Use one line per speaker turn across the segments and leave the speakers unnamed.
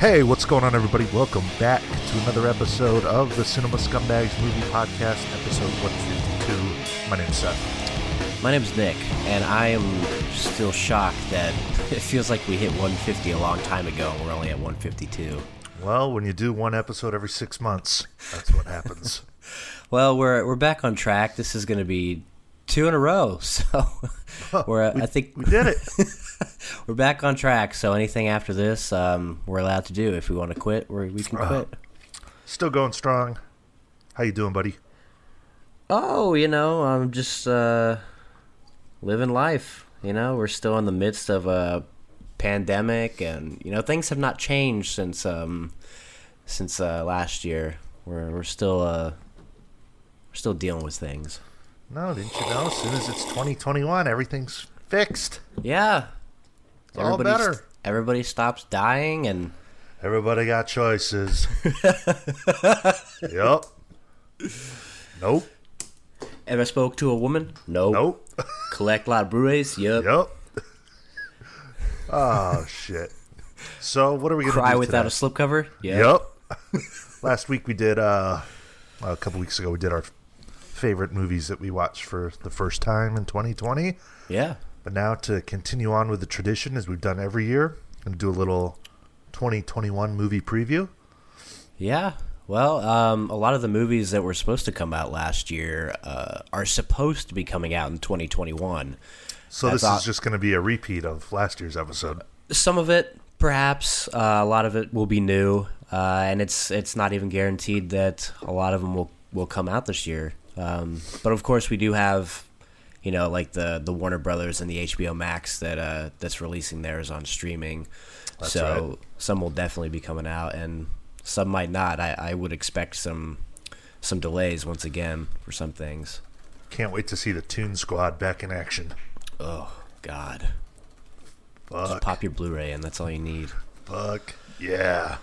Hey, what's going on, everybody? Welcome back to another episode of the Cinema Scumbags Movie Podcast, episode 152. My name's Seth.
My name's Nick, and I am still shocked that it feels like we hit 150 a long time ago. and We're only at 152.
Well, when you do one episode every six months, that's what happens.
Well, we're we're back on track. This is going to be two in a row, so we're I think
we did it.
we're back on track. So anything after this, um, we're allowed to do. If we want to quit, we're, we
Uh,
can quit.
Still going strong. How you doing, buddy?
Oh, you know, I'm just uh, living life. You know, we're still in the midst of a pandemic, and you know, things have not changed since um since uh, last year. We're we're still uh we're still dealing with things.
No, didn't you know? As soon as it's 2021, everything's fixed.
Yeah,
It's all better.
Everybody stops dying, and
Everybody got choices. yep. Nope.
ever spoke to a woman? No.
Nope.
Collect a lot of Blu-rays? Yup.
Yep. oh shit. So what are we gonna
Cry
do
without a
today?
slipcover? Yeah.
Yep. Last week we did uh, a couple weeks ago we did our favorite movies that we watched for the first time in 2020.
Yeah.
But now to continue on with the tradition as we've done every year, I'm gonna do a little 2021 movie preview.
Yeah. Well, um, a lot of the movies that were supposed to come out last year uh, are supposed to be coming out in 2021.
So
I
this
thought-
is just gonna be a repeat of last year's episode.
Some of it, perhaps, uh, a lot of it will be new, uh, and it's it's not even guaranteed that a lot of them will will come out this year. Um, but of course, we do have, you know, like the the Warner Brothers and the HBO Max that uh, that's releasing theirs on streaming. so
right.
some will definitely be coming out, and some might not. I, I would expect some some delays once again for some things.
Can't wait to see the Toon Squad back in action.
Oh God! Just
Fuck,
pop your Blu-ray, and that's all you need.
fuck, yeah.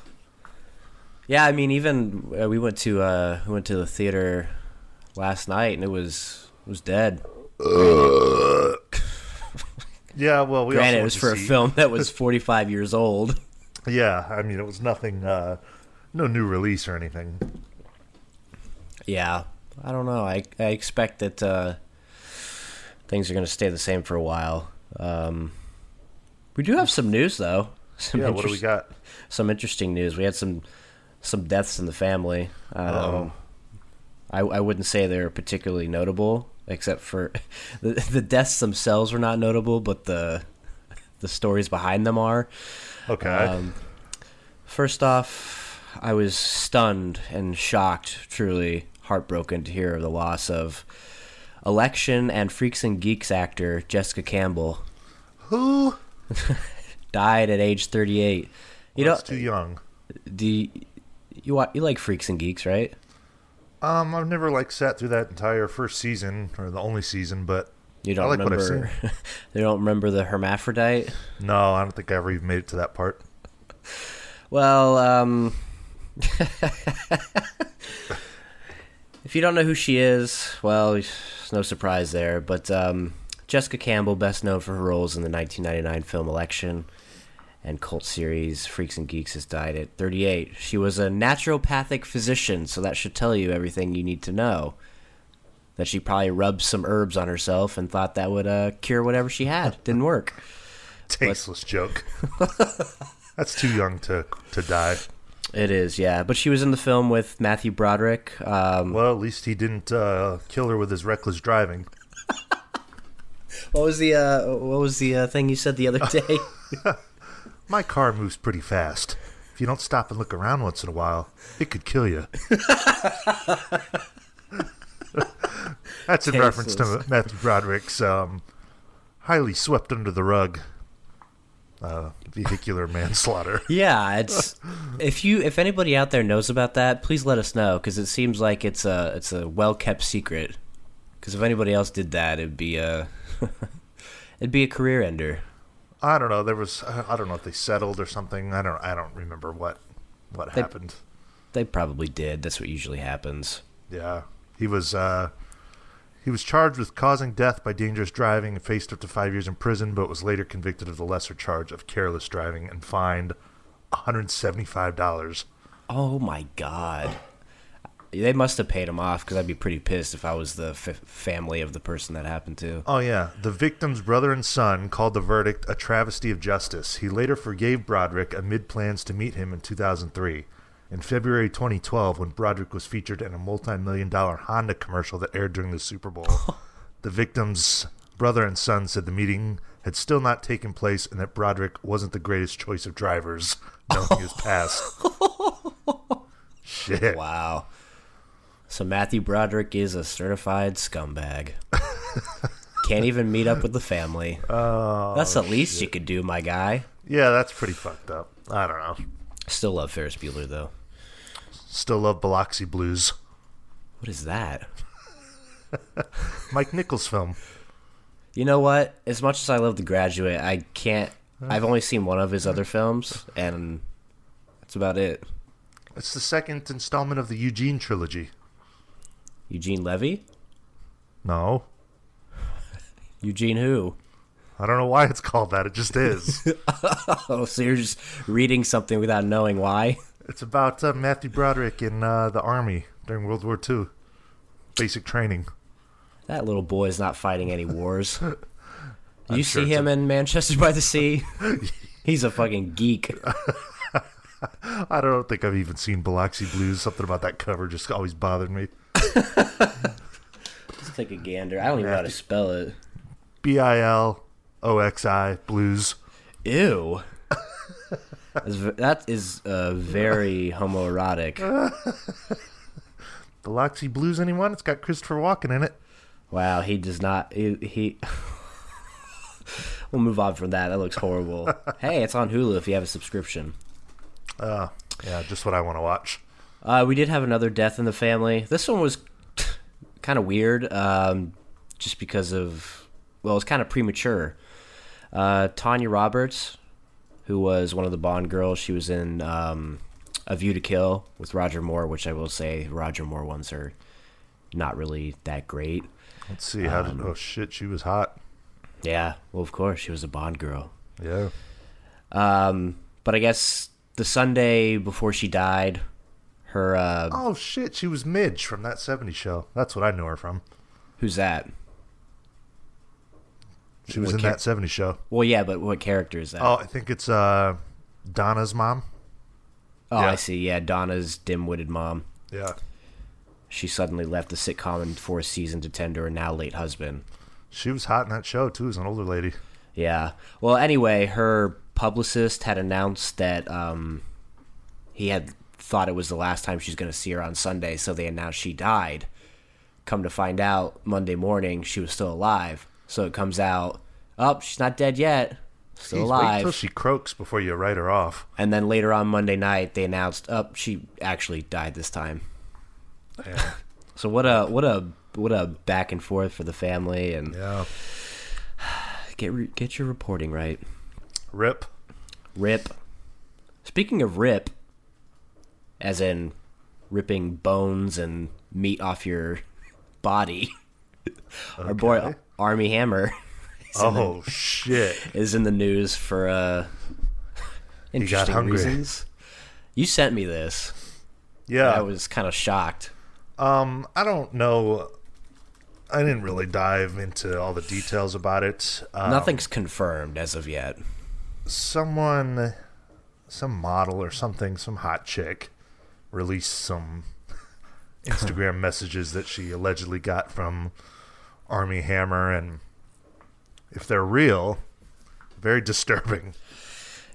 Yeah, I mean, even uh, we went to uh, we went to the theater last night, and it was it was dead.
Yeah, well, we also
Granted, it
went
was
to
for a
see-
film that was 45 years old.
Yeah, I mean, it was nothing, uh, no new release or anything.
Yeah, I don't know. I I expect that uh, things are going to stay the same for a while. Um, we do have some news though. Some
Yeah, what do we
interest-
got?
Some interesting news. We had some some deaths in the family. Um,
Oh.
I, I wouldn't say they're particularly notable, except for the, the deaths themselves were not notable, but the the stories behind them are.
Okay.
Um, first off, I was stunned and shocked, truly heartbroken to hear of the loss of election and Freaks and Geeks actor Jessica Campbell
Who?
died at age 38. You know,
That's too young.
the you wa- you like Freaks and Geeks, right?
Um, I've never like sat through that entire first season or the only season, but
You don't
I like what I've
remember. they don't remember the hermaphrodite.
no, I don't think I ever even made it to that part.
Well, um, if you don't know who she is, well, it's no surprise there. But um, Jessica Campbell, best known for her roles in the 1999 film Election and cult series Freaks and Geeks, has died at 38. She was a naturopathic physician, so that should tell you everything you need to know. That she probably rubbed some herbs on herself and thought that would uh, cure whatever she had. Didn't work.
Tasteless joke. That's too young to to die.
It is, yeah. But she was in the film with Matthew Broderick. Um,
Well, at least he didn't uh, kill her with his reckless driving.
What was the uh, what was the uh, thing you said the other day?
My car moves pretty fast. If you don't stop and look around once in a while, it could kill you. That's in reference to Matthew Broderick's um, highly swept under the rug uh, vehicular manslaughter.
yeah, it's if you if anybody out there knows about that, please let us know because it seems like it's a it's a well kept secret. Because if anybody else did that, it'd be a it'd be a career ender.
I don't know. There was I I don't know if they settled or something. I don't I don't remember what what happened.
They probably did. That's what usually happens.
Yeah, he was uh, he was charged with causing death by dangerous driving and faced up to five years in prison, but was later convicted of the lesser charge of careless driving and fined $175.
Oh my god. They must have paid him off because I'd be pretty pissed if I was the f- family of the person that happened to.
Oh, yeah. The victim's brother and son called the verdict a travesty of justice. He later forgave Broderick amid plans to meet him in 2003. In February 2012, when Broderick was featured in a multi million dollar Honda commercial that aired during the Super Bowl, the victim's brother and son said the meeting had still not taken place and that Broderick wasn't the greatest choice of drivers, knowing his past. Shit.
Wow. So Matthew Broderick is a certified scumbag. Can't even meet up with the family. That's the least you could do, my guy.
Yeah, that's pretty fucked up. I don't know.
Still love Ferris Bueller though.
Still love Biloxi Blues.
What is that?
Mike Nichols film.
You know what? As much as I love The Graduate, I can't. I've only seen one of his other films, and that's about it.
It's the second installment of the Eugene trilogy.
Eugene Levy?
No.
Eugene who?
I don't know why it's called that. It just is.
Oh, so you're just reading something without knowing why?
it's about uh, Matthew Broderick in uh, the army during World War II. Basic training.
That little boy is not fighting any wars. you
sure
see
it's
him in Manchester by the Sea? He's a fucking geek.
I don't think I've even seen Biloxi Blues. Something about that cover just always bothered me.
Just take a gander. I don't even know how to spell it.
B I L O X I Blues.
Ew. That's ve- that is uh, very homoerotic.
Biloxi Blues, anyone? It's got Christopher Walken in it.
Wow, he does not. He. he we'll move on from that. That looks horrible. hey, it's on Hulu if you have a subscription.
Yeah, just what I want to watch.
Uh, we did have another death in the family. This one was kind of weird, um, just because of well, it's kind of premature. Uh, Tanya Roberts, who was one of the Bond girls, she was in um, A View to Kill with Roger Moore, which I will say Roger Moore ones are not really that great.
Let's see. How did. Oh, shit. She was hot.
Yeah, well, of course she was a Bond girl.
Yeah.
Um, but I guess the Sunday before she died, her uh,
Oh, shit. She was Midge from that 70s show. That's what I knew her from.
who's that?
She was
What
in
char-
that 70s show.
Well, yeah, but what character is that?
Oh, I think it's uh, Donna's mom.
Oh,
Yeah.
I see. Yeah, Donna's dim-witted mom.
Yeah.
She suddenly left the sitcom and for a season to tend to her now late husband.
She was hot in that show, too, as an older lady.
Yeah. Well, anyway, her publicist had announced that um, he had thought it was the last time she's going to see her on Sunday, so they announced she died. Come to find out, Monday morning she was still alive. So it comes out, oh, she's not dead yet, still
Jeez, Wait
alive.
till she croaks before you write her off.
and then later on Monday night, they announced, oh, she actually died this time.
Yeah.
So what a what a what a back and forth for the family and
yeah.
get re- get your reporting right.
Rip.
Rip. Speaking of rip, as in ripping bones and meat off your body, our boy
Okay.
Army Hammer
Oh, shit.
is in the news for uh, interesting
hungry.
reasons. You sent me this.
Yeah.
I was kind of shocked.
Um, I don't know. I didn't really dive into all the details about it. Uh,
Nothing's confirmed as of yet.
someone, some model or something, some hot chick, released some Instagram messages that she allegedly got from Army Hammer, and if they're real, very disturbing.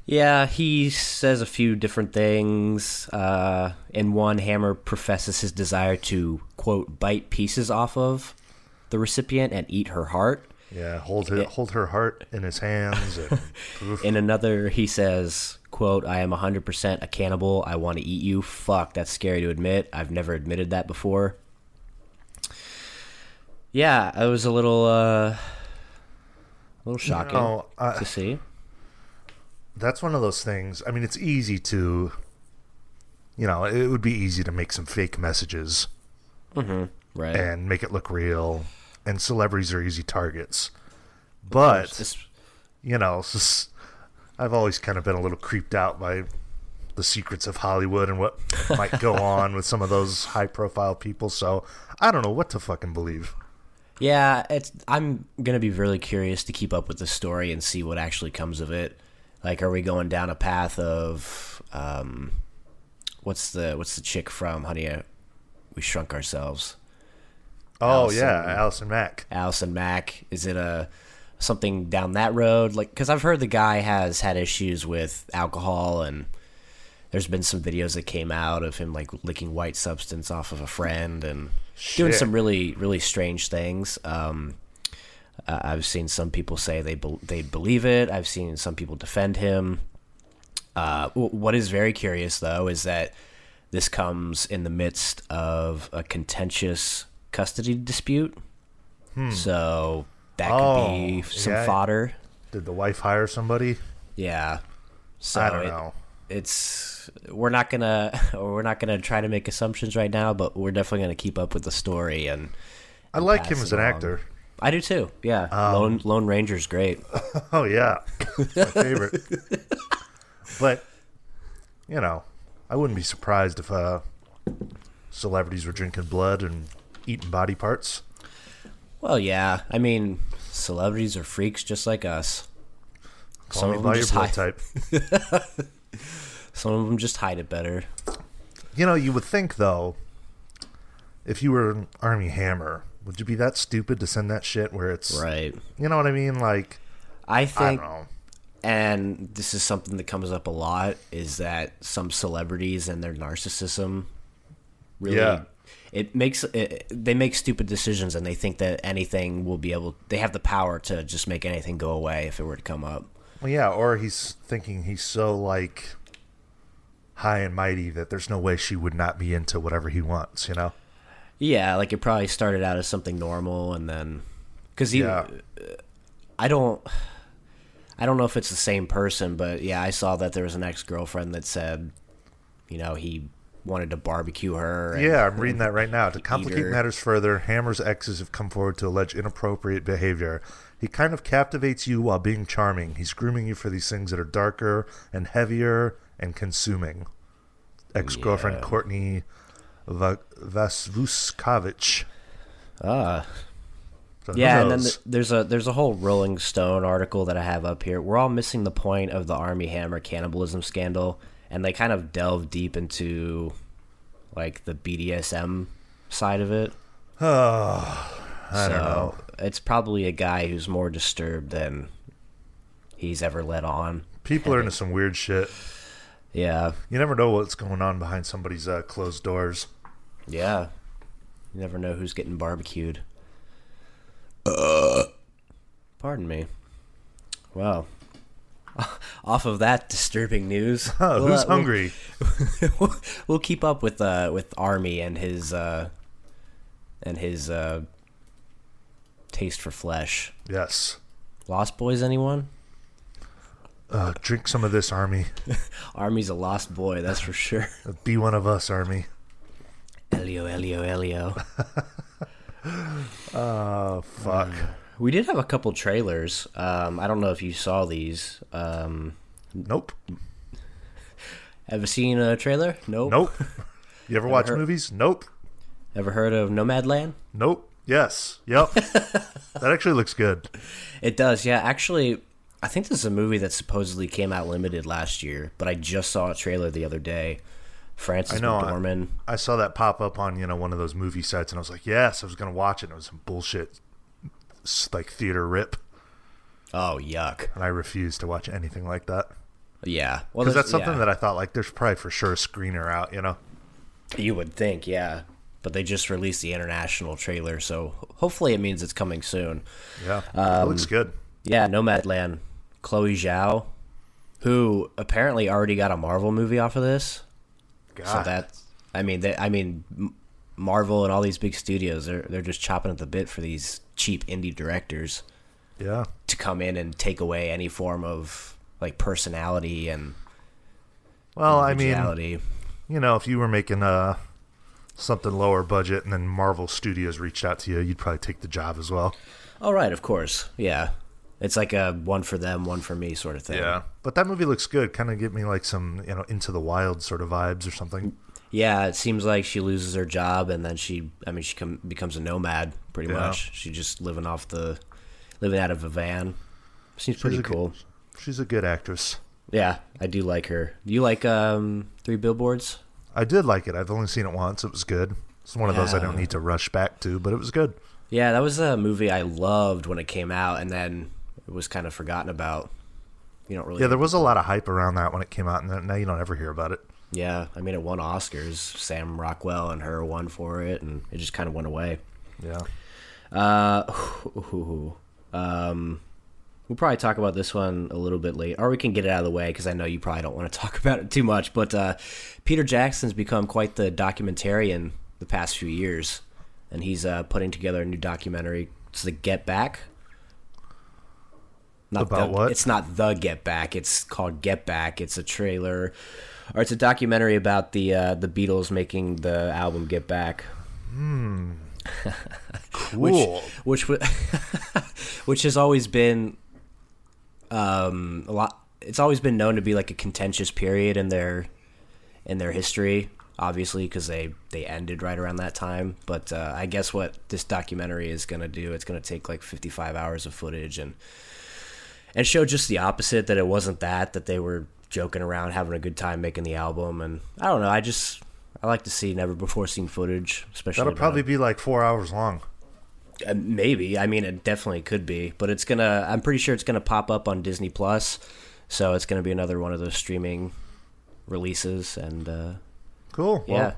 Yeah, he says a few different things. Uh, in one, Hammer professes his desire to, quote, bite pieces off of the recipient and eat her heart.
Yeah, hold her, hold her heart in his hands. And, oof.
In another, he says, quote, I am 100% a cannibal. I want to eat you. Fuck, that's scary to admit. I've never admitted that before. Yeah, it was a little, uh, a little shocking
No, I-
to see.
uh, that's one of those things. I mean, it's easy to, you know, it would be easy to make some fake messages
Right.
and make it look real, and celebrities are easy targets. But
It's-
you know, s- I've always kind of been a little creeped out by the secrets of Hollywood and what might go on with some of those high profile people. So I don't know what to fucking believe.
Yeah, it's. I'm gonna be really curious to keep up with the story and see what actually comes of it. Like, are we going down a path of, um, what's the what's the chick from Honey, I, We Shrunk Ourselves?
Oh
Allison-
yeah, Allison Mack.
Allison Mack? Is it a something down that road? Like, because I've heard the guy has had issues with alcohol, and there's been some videos that came out of him like licking white substance off of a friend and doing
Shit.
some really really strange things. Um, uh, I've seen some people say they bel they believe it. I've seen some people defend him. Uh, w- what is very curious though is that this comes in the midst of a contentious custody dispute. So that could be
Hmm. Oh,
some
yeah.
fodder.
Did the wife hire somebody?
Yeah. So
I don't
Oh, it-
know.
It's we're not gonna we're not gonna try to make assumptions right now, but we're definitely gonna keep up with the story and
I like him
pass
as
it
an
along.
actor.
I do too. Yeah,
Um,
Lone Lone Ranger's great.
Oh yeah, It's my favorite. but you know, I wouldn't be surprised if uh, celebrities were drinking blood and eating body parts.
Well, yeah. I mean, celebrities are freaks just like us.
Call
Some
me
of them
by your
just
blood
hide-
type.
Some of them just hide it better.
You know, you would think though, if you were an army hammer, would you be that stupid to send that shit where it's
Right.
you know what I mean? Like
I
I
think
don't know.
and this is something that comes up a lot is that some celebrities and their narcissism really
Yeah.
it makes it, they make stupid decisions and they think that anything will be able they have the power to just make anything go away if it were to come up
Well, yeah, or he's thinking he's so like high and mighty that there's no way she would not be into whatever he wants. You know?
yeah like it probably started out as something normal and then because
Yeah.
i don't i don't know if it's the same person but yeah i saw that there was an ex-girlfriend that said you know he wanted to barbecue her and
Yeah, I'm reading that right now. To complicate
Eater.
matters further, Hammer's exes have come forward to allege inappropriate behavior. He kind of captivates you while being charming. He's grooming you for these things that are darker and heavier and consuming. Ex girlfriend
Yeah.
Courtney Va- Vasvuskovich.
ah
So who
Yeah, and then
knows?
th- there's a there's a whole Rolling Stone article that I have up here. We're all missing the point of the Army Hammer cannibalism scandal, and they kind of delve deep into like the BDSM side of it.
Ah, I
so
don't know.
it's probably a guy who's more disturbed than he's ever let on.
People are into some weird shit.
Yeah,
You never know what's going on behind somebody's uh, closed doors.
yeah. You never know who's getting barbecued. Pardon me. Well, off of that disturbing news,
Huh,
we'll,
who's
uh, we'll-
hungry?
we'll, we'll keep up with uh with Army and his uh and his uh taste for flesh.
Yes.
Lost Boys anyone?
Uh, drink some of this, Army.
Army's a lost boy, that's for sure.
Be one of us, Army.
Elio, Elio, Elio.
Oh, fuck.
We did have a couple trailers. Um I don't know if you saw these. Um
Nope.
ever seen a trailer? Nope.
Nope. You ever watch
heard-
movies? Nope.
Ever heard of Nomadland?
Nope. Yes. Yep. that actually looks good.
It does, yeah. Actually, I think this is a movie that supposedly came out limited last year, but I just saw a trailer the other day. Francis
know, I-
McDormand.
I saw that pop up on you know one of those movie sites, and I was like, yes, I was gonna watch it. And it was some bullshit, s- like theater rip,
Oh yuck!
and I refused to watch anything like that
Yeah, well,
because
there's-
that's something
yeah,
that I thought like there's probably for sure a screener out, you know.
you would think, yeah. But they just released the international trailer, so hopefully it means it's coming soon.
Yeah, it
Um,
looks good.
Yeah, Nomadland, Chloe Zhao, who apparently already got a Marvel movie off of this.
God.
So that's, I mean, they, I mean, M- Marvel and all these big studios, they're they're just chopping at the bit for these cheap indie directors
yeah,
to come in and take away any form of like personality and
well, I mean,
originality.
you know, if you were making uh something lower budget, and then Marvel Studios reached out to you, you'd probably take the job as well.
All right, of Oh, course. Yeah. It's like a one for them, one for me sort of thing.
Yeah. But that movie looks good. Kind of give me like some, you know, into the wild sort of vibes or something.
Yeah, it seems like she loses her job and then she I mean she com- becomes a nomad pretty
Yeah.
much. She just living off the living out of a van. Seems
She's
pretty
a good-
cool.
She's a good actress.
Yeah, I do like her. Do you like um Three Billboards?
I did like it. I've only seen it once. It was good. It's one of those I don't
Yeah.
need to rush back to, but it was good.
Yeah, that was a movie I loved when it came out and then it was kind of forgotten about. You don't really
Yeah, there was a lot of hype around that when it came out, and then- now you don't ever hear about it.
Yeah, I mean it won Oscars. Sam Rockwell and her won for it and it just kind of went away.
Yeah.
Uh, um, we'll probably talk about this one a little bit later, or we can get it out of the way because I know you probably don't want to talk about it too much. But uh, Peter Jackson's become quite the documentarian the past few years, and he's uh, putting together a new documentary. It's the Get Back. Not
About
the,
what?
It's not the Get Back. It's called Get Back. It's a trailer, or it's a documentary about the uh, the Beatles making the album Get Back.
Cool.
which wa- which has always been um a lot it's always been known to be like a contentious period in their in their history obviously because they they ended right around that time but uh, i guess what this documentary is going to do it's going to take like 55 hours of footage and and show just the opposite that it wasn't that that they were joking around having a good time making the album and i don't know i just i like to see never before seen footage especially
That'll
about-
probably be like four hours long.
uh, maybe i mean it definitely could be but it's gonna i'm pretty sure it's gonna pop up on disney plus so it's gonna be another one of those streaming releases and uh
Cool. Well,
yeah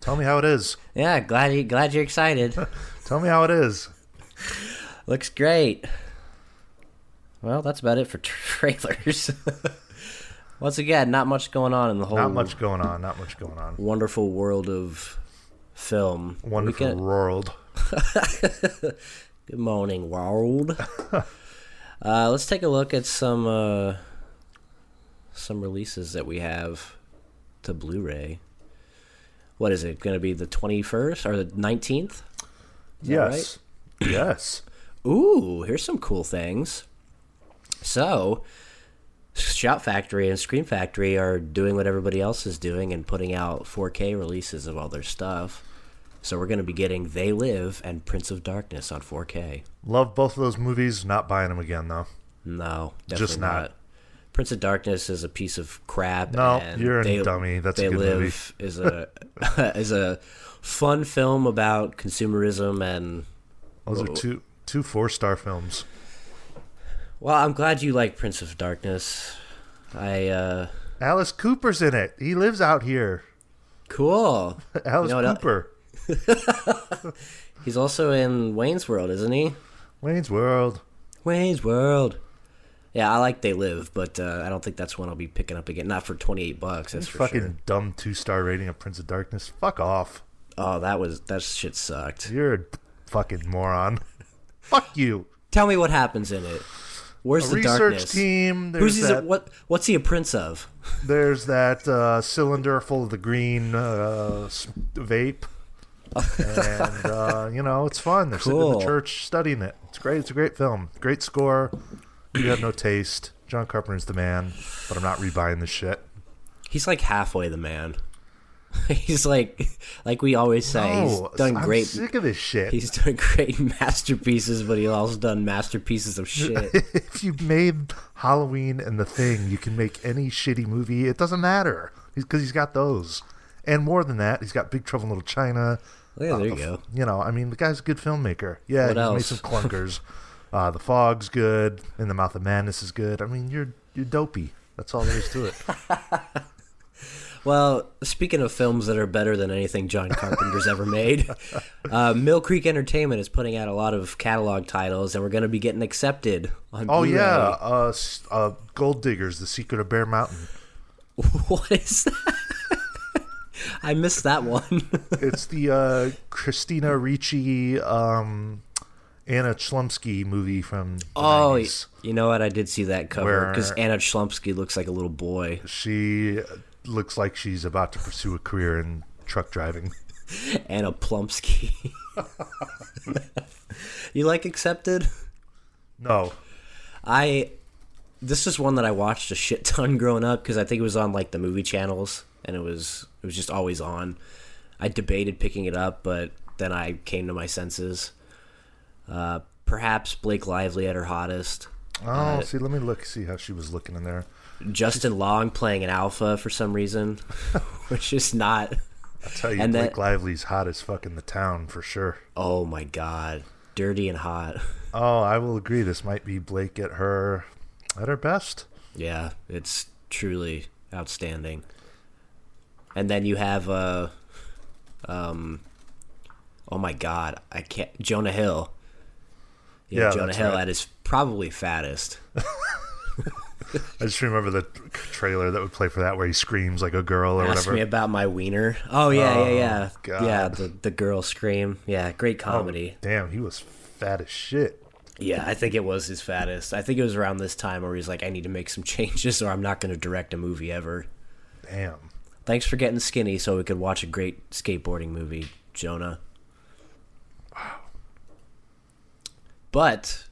Tell me how it is.
yeah glad you glad you're excited
Tell me how it is.
looks great well that's about it for trailers once again not much going on in the whole
Not much going on. Not much going on.
wonderful world of film We
Wonderful
can-
world.
Good morning, world. uh, let's take a look at some uh, some releases that we have to Blu-ray. What is it going to be? The twenty first or the nineteenth?
Yes. yes.
Ooh, here's some cool things. So, Shout Factory and Scream Factory are doing what everybody else is doing and putting out 4K releases of all their stuff. So we're going to be getting They Live and Prince of Darkness on 4K.
Love both of those movies. Not buying them again, though.
No, definitely
Just
not.
not.
Prince of Darkness is a piece of crap.
No,
and
you're a
They-
dummy. That's a
they
good
live
movie.
is a is a fun film about consumerism and.
Those are two two four star films.
Well, I'm glad you like Prince of Darkness. I uh
Alice Cooper's in it. He lives out here.
cool.
Alice
You know what el-
Cooper.
He's also in Wayne's World, isn't he?
Wayne's World.
Wayne's World. Yeah, I like They Live, but uh, I don't think that's one I'll be picking up again. Not for twenty eight bucks. That's for
Fucking
sure.
dumb two star rating of Prince of Darkness. Fuck off.
Oh, that was that shit sucked.
You're a fucking moron. Fuck you.
Tell me what happens in it. Where's
A
the
research
darkness?
team. There's
Who's he's
that,
a, what? What's he a prince of?
There's that uh, cylinder full of the green uh, s- vape. and uh, you know it's fun. They're sitting in
Cool.
the church studying it. It's great. It's a great film. Great score. You have no taste. John Carpenter's the man, but I'm not rebuying this shit.
He's like halfway the man. he's like, like we always say,
No,
he's done
Oh, I'm
great.
Sick of this shit.
He's done great masterpieces, but he's also done masterpieces of shit.
if you made Halloween and The Thing, you can make any shitty movie. It doesn't matter because he's got those, and more than that, he's got Big Trouble in Little China.
Oh,
Uh,
yeah, there you
the f-
go.
You know, I mean, the guy's a good filmmaker. Yeah,
What
he's made
else?
some clunkers. uh, the Fog's good, and The Mouth of Madness is good. I mean, you're you're dopey. That's all there is to it.
Well, speaking of films that are better than anything John Carpenter's ever made, uh, Mill Creek Entertainment is putting out a lot of catalog titles, and we're going to be getting accepted on.
Oh
Blu-ray.
yeah, uh, s- uh, Gold Diggers: The Secret of Bear Mountain.
what is that? I missed that one.
It's the uh, Christina Ricci, um, Anna Chlumsky movie from the
Oh,
90s.
you know what? I did see that cover
Where-
because Anna Chlumsky looks like a little boy.
She looks like she's about to pursue a career in truck driving.
Anna Plumsky. you like accepted?
No,
I this is one that I watched a shit ton growing up because I think it was on like the movie channels and it was it was just always on. I debated picking it up, but then I came to my senses. Uh, perhaps Blake Lively at her hottest.
Oh,
Uh,
see, let me look, see how she was looking in there.
Justin Long playing an alpha for some reason, which is not.
I'll tell you,
And
Blake
that-
Lively's hot as fuck in the town for sure.
Oh my god, dirty and hot.
Oh, I will agree. This might be Blake at her at her best.
Yeah, it's truly outstanding. And then you have uh um oh my god, I can't Jonah Hill. You have
Yeah,
Jonah
that's
Hill
right.
at his probably fattest.
I just remember the trailer that would play for that where he screams like a girl or
Ask
whatever.
me about my wiener. Oh yeah, yeah, yeah.
God. Oh.
Yeah, the the girl scream. Yeah, great comedy.
Damn, he was fat as shit.
Yeah, I think it was his fattest. I think it was around this time where he's like, I need to make some changes or I'm not gonna direct a movie ever.
Damn.
Thanks for getting skinny so we could watch a great skateboarding movie, Jonah. Wow. But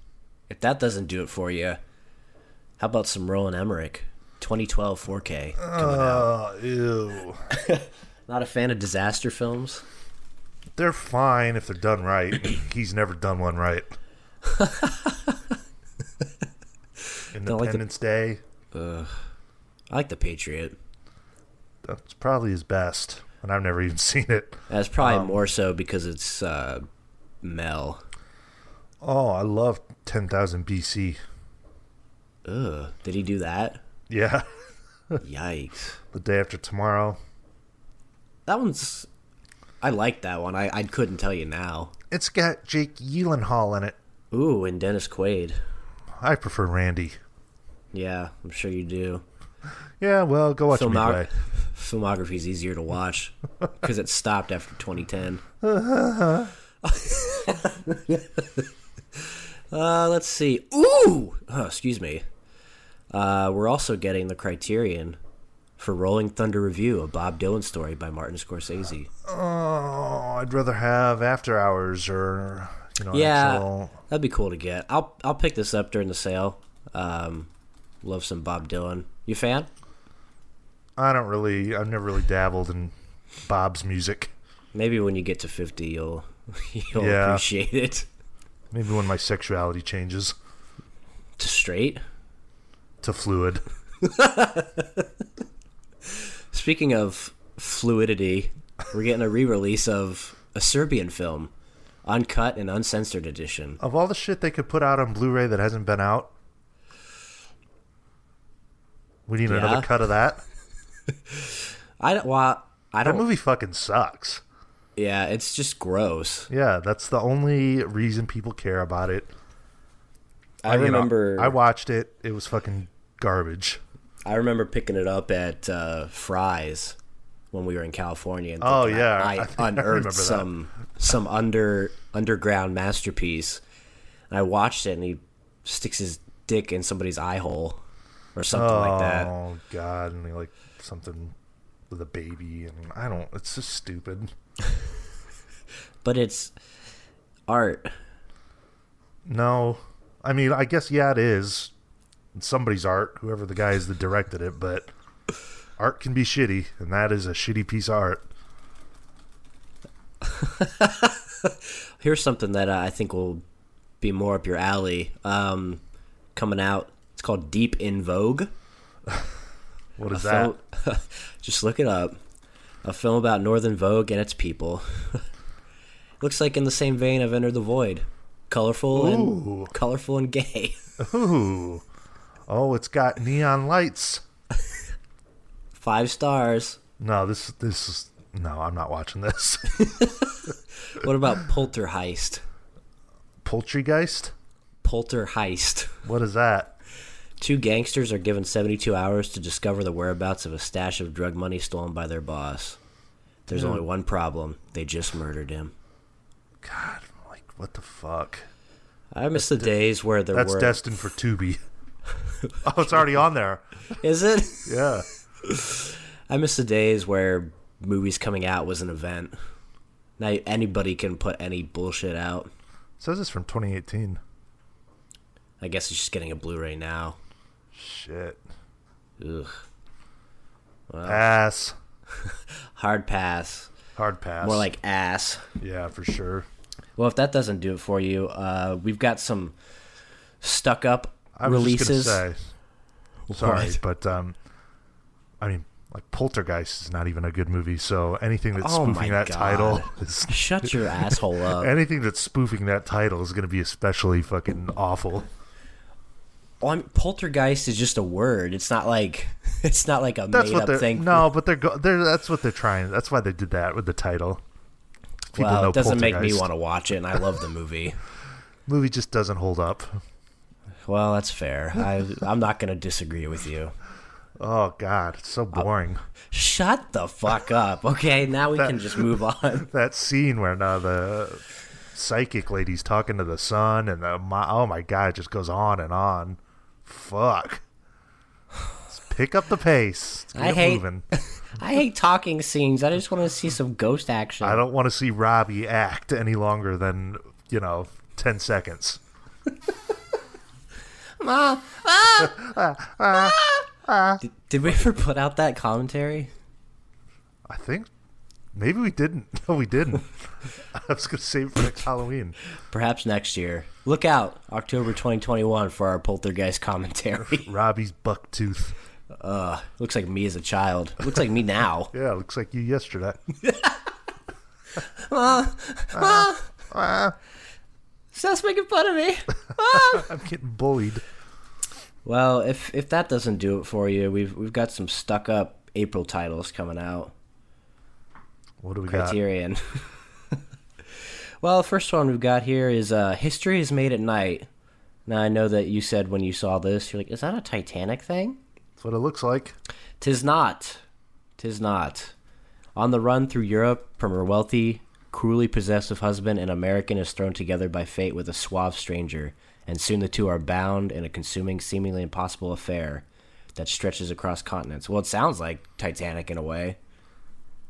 if that doesn't do it for you, how about some Roland Emmerich 2012 4K? coming out?
Oh, ew.
Not a fan of disaster films.
They're fine if they're done right. He's never done one right.
like the-
Independence Day.
I like The Patriot.
That's probably his best, and I've never even seen it.
That's probably more so because it's uh, Mel.
Oh, I love 10,000 BC.
Ugh. Did he do that?
Yeah,
Yikes.
the day after tomorrow.
That one's. I like that one. I, I couldn't tell you now.
It's got Jake Gyllenhaal in it.
Ooh, and Dennis Quaid.
I prefer Randy.
Yeah, I'm sure you do.
Yeah, well, go watch me
Filmog-
play.
filmography is easier to watch because it stopped after 2010. uh, let's see. Ooh, oh, excuse me. Uh, we're also getting the Criterion for Rolling Thunder Review, a Bob Dylan story by Martin Scorsese.
Oh, I'd rather have After Hours or you know.
yeah,
actual-
that'd be cool to get. I'll I'll pick this up during the sale. Um, love some Bob Dylan. You fan?
I don't really. I've never really dabbled in Bob's music.
Maybe when you get to 50, you'll you'll
Yeah.
appreciate it.
Maybe when my sexuality changes
To straight.
to fluid.
Speaking of fluidity, we're getting a re-release of a Serbian film, uncut and uncensored edition.
Of all the shit they could put out on Blu-ray that hasn't been out, we need
Yeah.
another cut of that.
I don't. Well, I
That
don't.
movie fucking sucks.
Yeah, it's just gross.
Yeah, that's the only reason people care about it.
I
You know,
remember.
I watched it. It was fucking garbage.
I remember picking it up at uh, Fry's when we were in California. And
Oh,
thinking,
yeah,
I,
I
I
think I remember
unearthed
that.
some some under underground masterpiece. And I watched it, and he sticks his dick in somebody's eye hole or something like that.
Oh god, and they, like something with a baby, and I don't. It's just stupid.
But it's art.
No, I mean, I guess yeah, it is. It's somebody's art, whoever the guy is that directed it, but art can be shitty, and that is a shitty piece of art.
Here's something that uh, I think will be more up your alley. Um, coming out, it's called Deep in Vogue.
What is that?
So- just look it up. A film about Northern Vogue and its people. Looks like in the same vein of Enter the Void, colorful
Ooh.
and colorful and gay.
Ooh, oh, it's got neon lights.
Five stars.
No, this this is no. I'm not watching this.
What about Poltergeist?
Poultrygeist.
Poltergeist.
What is that?
Two gangsters are given 72 hours to discover the whereabouts of a stash of drug money stolen by their boss. There's only
Hmm.
one problem. They just murdered him.
God, like what the fuck?
I miss the days where there
That's
were.
destined for Tubi. oh, it's already on there.
is it?
Yeah.
I miss the days where movies coming out was an event. Now anybody can put any bullshit out.
says it's from 2018.
I guess it's just getting a Blu-ray now.
Shit.
Ugh.
Pass.
Hard pass.
Hard pass.
More like ass.
yeah, for sure.
Well, if that doesn't do it for you, uh, we've got some stuck up
I was
releases.
just gonna say. Sorry,
What?
but um, I mean, like Poltergeist is not even a good movie. So anything that's
Oh my
spoofing that title
God.
is
Shut your asshole up.
anything that's spoofing that title is going to be especially fucking awful.
Well, I mean, poltergeist is just a word. It's not like it's not like a
That's
made
what
up
they're
thing.
no, but they're, go- they're that's what they're trying. That's why they did that with the title. People
well,
know
it doesn't make me
Poltergeist.
want to watch it, and I love the movie.
Movie just doesn't hold up.
well, that's fair. I, I'm not going to disagree with you.
Oh God, it's so
Uh,
boring.
Shut the fuck up. Okay, now we can just move on.
that scene where now the psychic lady's talking to the sun and the my, oh my god it just goes on and on fuck Let's pick up the pace Let's get
I
it
hate-
moving
I hate talking scenes. I just want to see some ghost action.
i don't want to see robbie act any longer than you know 10 seconds
Did, did we ever put out that commentary?
i think maybe we didn't no we didn't i was gonna save it for next halloween
Perhaps next year. Look out, October 2021 for our poltergeist commentary.
robbie's buck tooth
Uh, looks like me as a child. Looks like me now.
yeah looks like you yesterday
Seth's making fun of me.
i'm getting bullied
Well, if if that doesn't do it for you, we've we've got some stuck up April titles coming out.
what do we
Criterion. well, the first one we've got here is uh, History is Made at Night. Now I know that you said when you saw this, you're like, is that a Titanic thing?
got that's what it looks like
Tis not. Tis not. On the run through Europe from her wealthy, cruelly possessive husband, an American is thrown together by fate with a suave stranger, and soon the two are bound in a consuming, seemingly impossible affair that stretches across continents. Well, it sounds like Titanic in a way.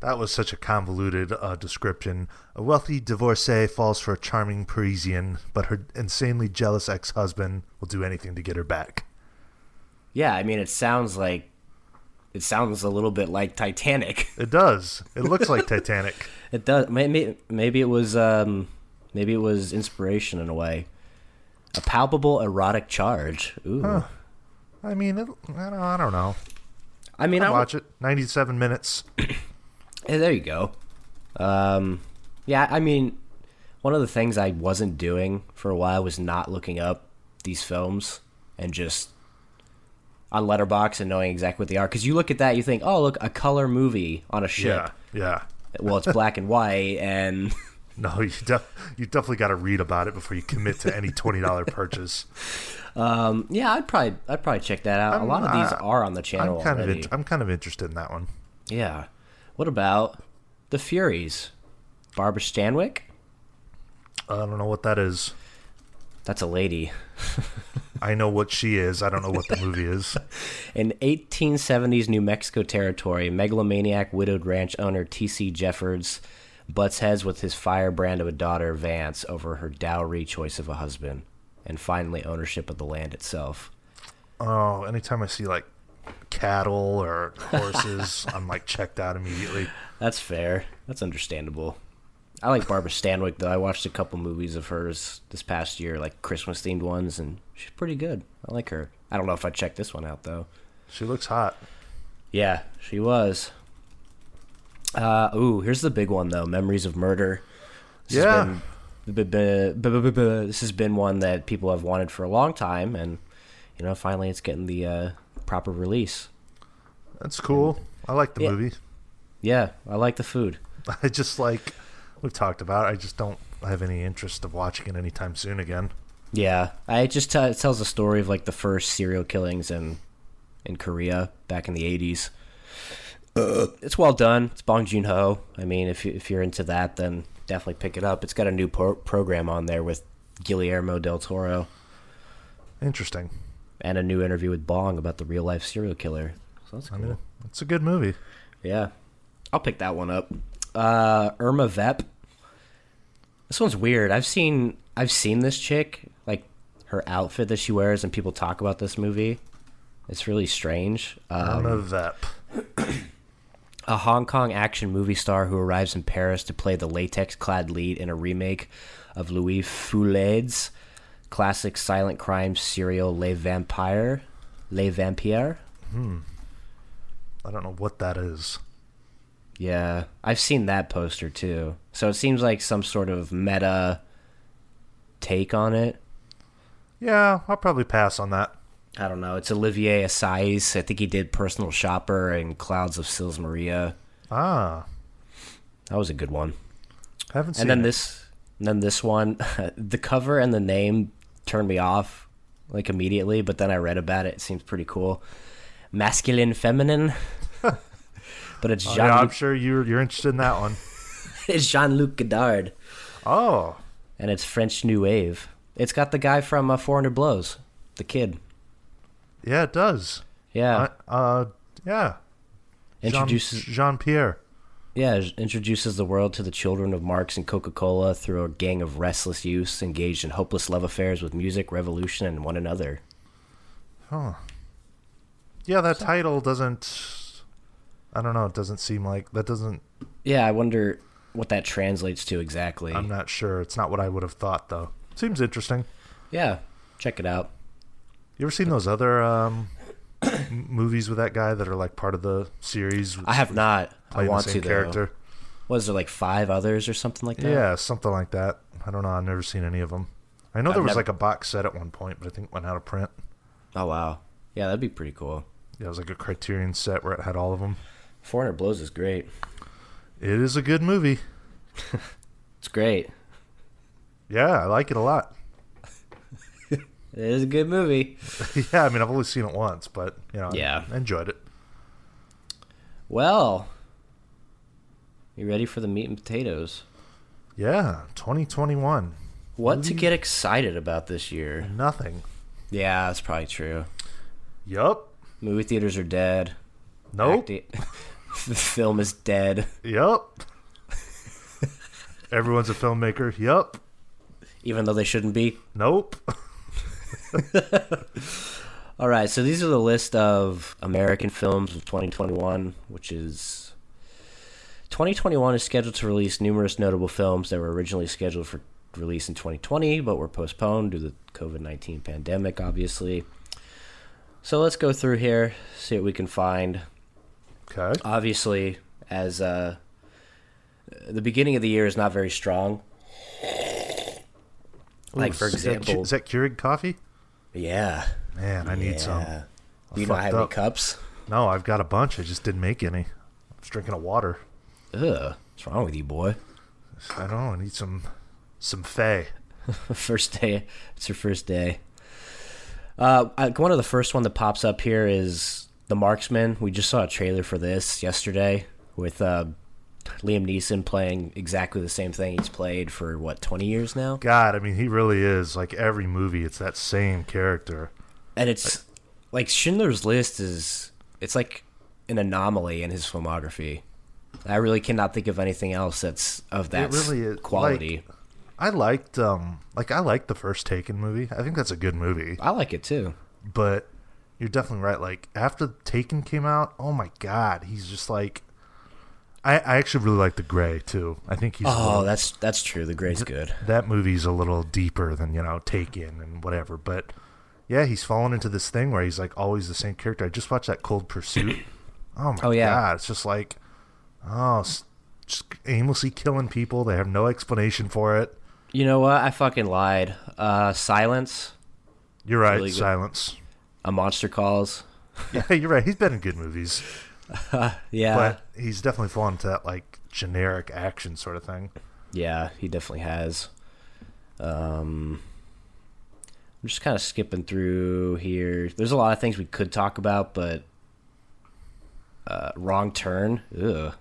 That was such a convoluted uh, description. A wealthy divorcee falls for a charming Parisian, but her insanely jealous ex husband will do anything to get her back.
Yeah, I mean, it sounds like. It sounds a little bit like Titanic.
It does. It looks like Titanic.
It does. Maybe maybe it was um, maybe it was inspiration in a way. A palpable erotic charge. Ooh.
I mean, it, I, don't, I don't know.
I mean, I
Watch it. 97 minutes.
Hey, there you go. Um, yeah, I mean, one of the things I wasn't doing for a while was not looking up these films and just on Letterbox and knowing exactly what they are. Because you look at that, you think, "Oh, look, a color movie on a ship."
Yeah. Yeah.
Well, it's black and white, and
No, you, def- you definitely got to read about it before you commit to any $20 purchase.
um, yeah, I'd probably I'd probably check that out. a lot of these
I-
are on the channel
I'm kind, of
already.
in- I'm kind of interested in that one.
yeah. What about the Furies? Barbara Stanwyck?
I don't know what that is.
That's a lady.
I know what she is. I don't know what the movie is.
In 1870s New Mexico territory, megalomaniac widowed ranch owner T.C. Jeffords butts heads with his firebrand of a daughter, Vance, over her dowry choice of a husband, and finally ownership of the land itself.
Oh, anytime I see like cattle or horses, I'm like checked out immediately.
That's fair. That's understandable. I like Barbara Stanwyck, though. I watched a couple movies of hers this past year, like Christmas themed ones, and she's pretty good. I like her. I don't know if I'd check this one out, though.
She looks hot.
Yeah, she was. Uh, ooh, here's the big one though: Memories of Murder. This
Yeah.
Has been, b- b- b- b- b- b- this has been one that people have wanted for a long time, and you know, finally, it's getting the uh, proper release.
That's cool. I like the
Yeah.
movie.
Yeah, I like the food.
I just like we've talked about. It, I just don't have any interest of watching it anytime soon again.
Yeah, I it just t- it tells the story of like the first serial killings in in Korea back in the '80s. It's well done. It's Bong Joon Ho. I mean, if you, if you're into that, then definitely pick it up. It's got a new pro- program on there with Guillermo del Toro
Interesting.
and a new interview with Bong about the real life serial killer. So that's
I
cool.
mean, it's a good movie.
Yeah. I'll pick that one up. Uh Irma Vep. This one's weird. I've seen I've seen this chick, like her her outfit that she wears, and people talk about this movie. It's really strange.
I don't
Um,
know that.
a Hong Kong action movie star who arrives in Paris to play the latex-clad lead in a remake of Louis Foulad's classic silent crime serial Les Vampires. Les Vampires.
I don't know what that is.
Yeah, I've seen that poster too. So it seems like some sort of meta take on it.
Yeah, I'll probably pass on that.
I don't know. It's Olivier Assayas. I think he did Personal Shopper and Clouds of Sils Maria.
Ah,
That was a good one.
haven't seen.
and then
it.
this, and then this one, the cover and the name turned me off like immediately. But then I read about it. It seems pretty cool. Masculine, feminine. but it's
Oh,
Jean.
yeah, I'm sure you're you're interested in that one.
it's Jean Luc Godard,
Oh,
and it's French New Wave. It's got the guy from uh, 400 Blows, the kid.
yeah, it does.
Yeah,
I- uh, yeah.
introduces
Jean Pierre.
Yeah, it introduces the world to the children of Marx and Coca Cola through a gang of restless youths engaged in hopeless love affairs with music, revolution, and one another.
Yeah, that title doesn't. I don't know. It doesn't seem like that. Doesn't.
Yeah, I wonder what that translates to exactly.
I'm not sure. It's not what I would have thought though. Seems interesting.
yeah, check it out.
You ever seen those other um, m- movies with that guy that are like part of the series?
I have not. I
playing
want
the
to
same
though.
character.
Was there like five others or something like that?
Yeah, something like that. I don't know. I've never seen any of them. I know
I've
there was
never-
like a box set at one point, but I think it went out of print.
Oh wow. Yeah, that'd be pretty cool.
Yeah, it was like a Criterion set where it had all of them.
400 Blows is great.
It is a good movie.
It's great.
Yeah, I like it a lot.
It is a good movie.
yeah, I mean, I've only seen it once, but you know,
Yeah.
I enjoyed it.
Well, you ready for the meat and potatoes?
Yeah, 2021,
What to get excited about this year?
nothing.
Yeah, that's probably true.
Yup.
Movie theaters are dead.
Nope.
Acti- the film is dead.
Yup. Everyone's a filmmaker. Yup.
Even though they shouldn't be.
Nope.
All right, so these are the list of American films of 2021, which is 2021 is scheduled to release numerous notable films that were originally scheduled for release in 2020 but were postponed due to the COVID-19 pandemic, obviously. So let's go through here, see what we can find.
Okay.
Obviously, as uh, the beginning of the year is not very strong. Like for
Ooh, is that Ke-
example,
is that Keurig coffee?
yeah,
Man, I need some.
yeah. Do you not
fucked
have any
up.
cups?
No, I've got a bunch. I just didn't make any. I'm just drinking a water.
Ugh, what's wrong with you, boy?
I don't know. I need some some Fay.
first day. It's your first day. Uh, I- one of the first one that pops up here is the Marksman. We just saw a trailer for this yesterday with uh, Liam Neeson playing exactly the same thing he's played for what 20 years now,
God, I mean, he really is. Like every movie, it's that same character.
and it's like Schindler's List is it's like an anomaly in his filmography. I really cannot think of anything else that's of that
really is, like-
quality.
I liked, um, like I liked the first Taken movie. I think that's a good movie.
I like it too.
But you're definitely right. Like after Taken came out, oh my God, he's just like. I, I actually really like The Gray too. I think he's a
Oh,
little-
that's that's true. The Gray's good.
that movie's a little deeper than you know Taken and whatever. But yeah, he's fallen into this thing where he's like always the same character. I just watched that Cold Pursuit. Oh my
Oh, yeah.
god, it's just like oh, s- just aimlessly killing people. They have no explanation for it.
You know what? I fucking lied. Uh, Silence,
You're right,
Really good.
silence.
A Monster Calls.
Yeah, you're right. He's been in good movies,
Yeah.
but he's definitely fallen into that like generic action sort of thing.
Yeah, he definitely has. Um, I'm just kind of skipping through here. There's a lot of things we could talk about, but uh, Wrong Turn. Ugh.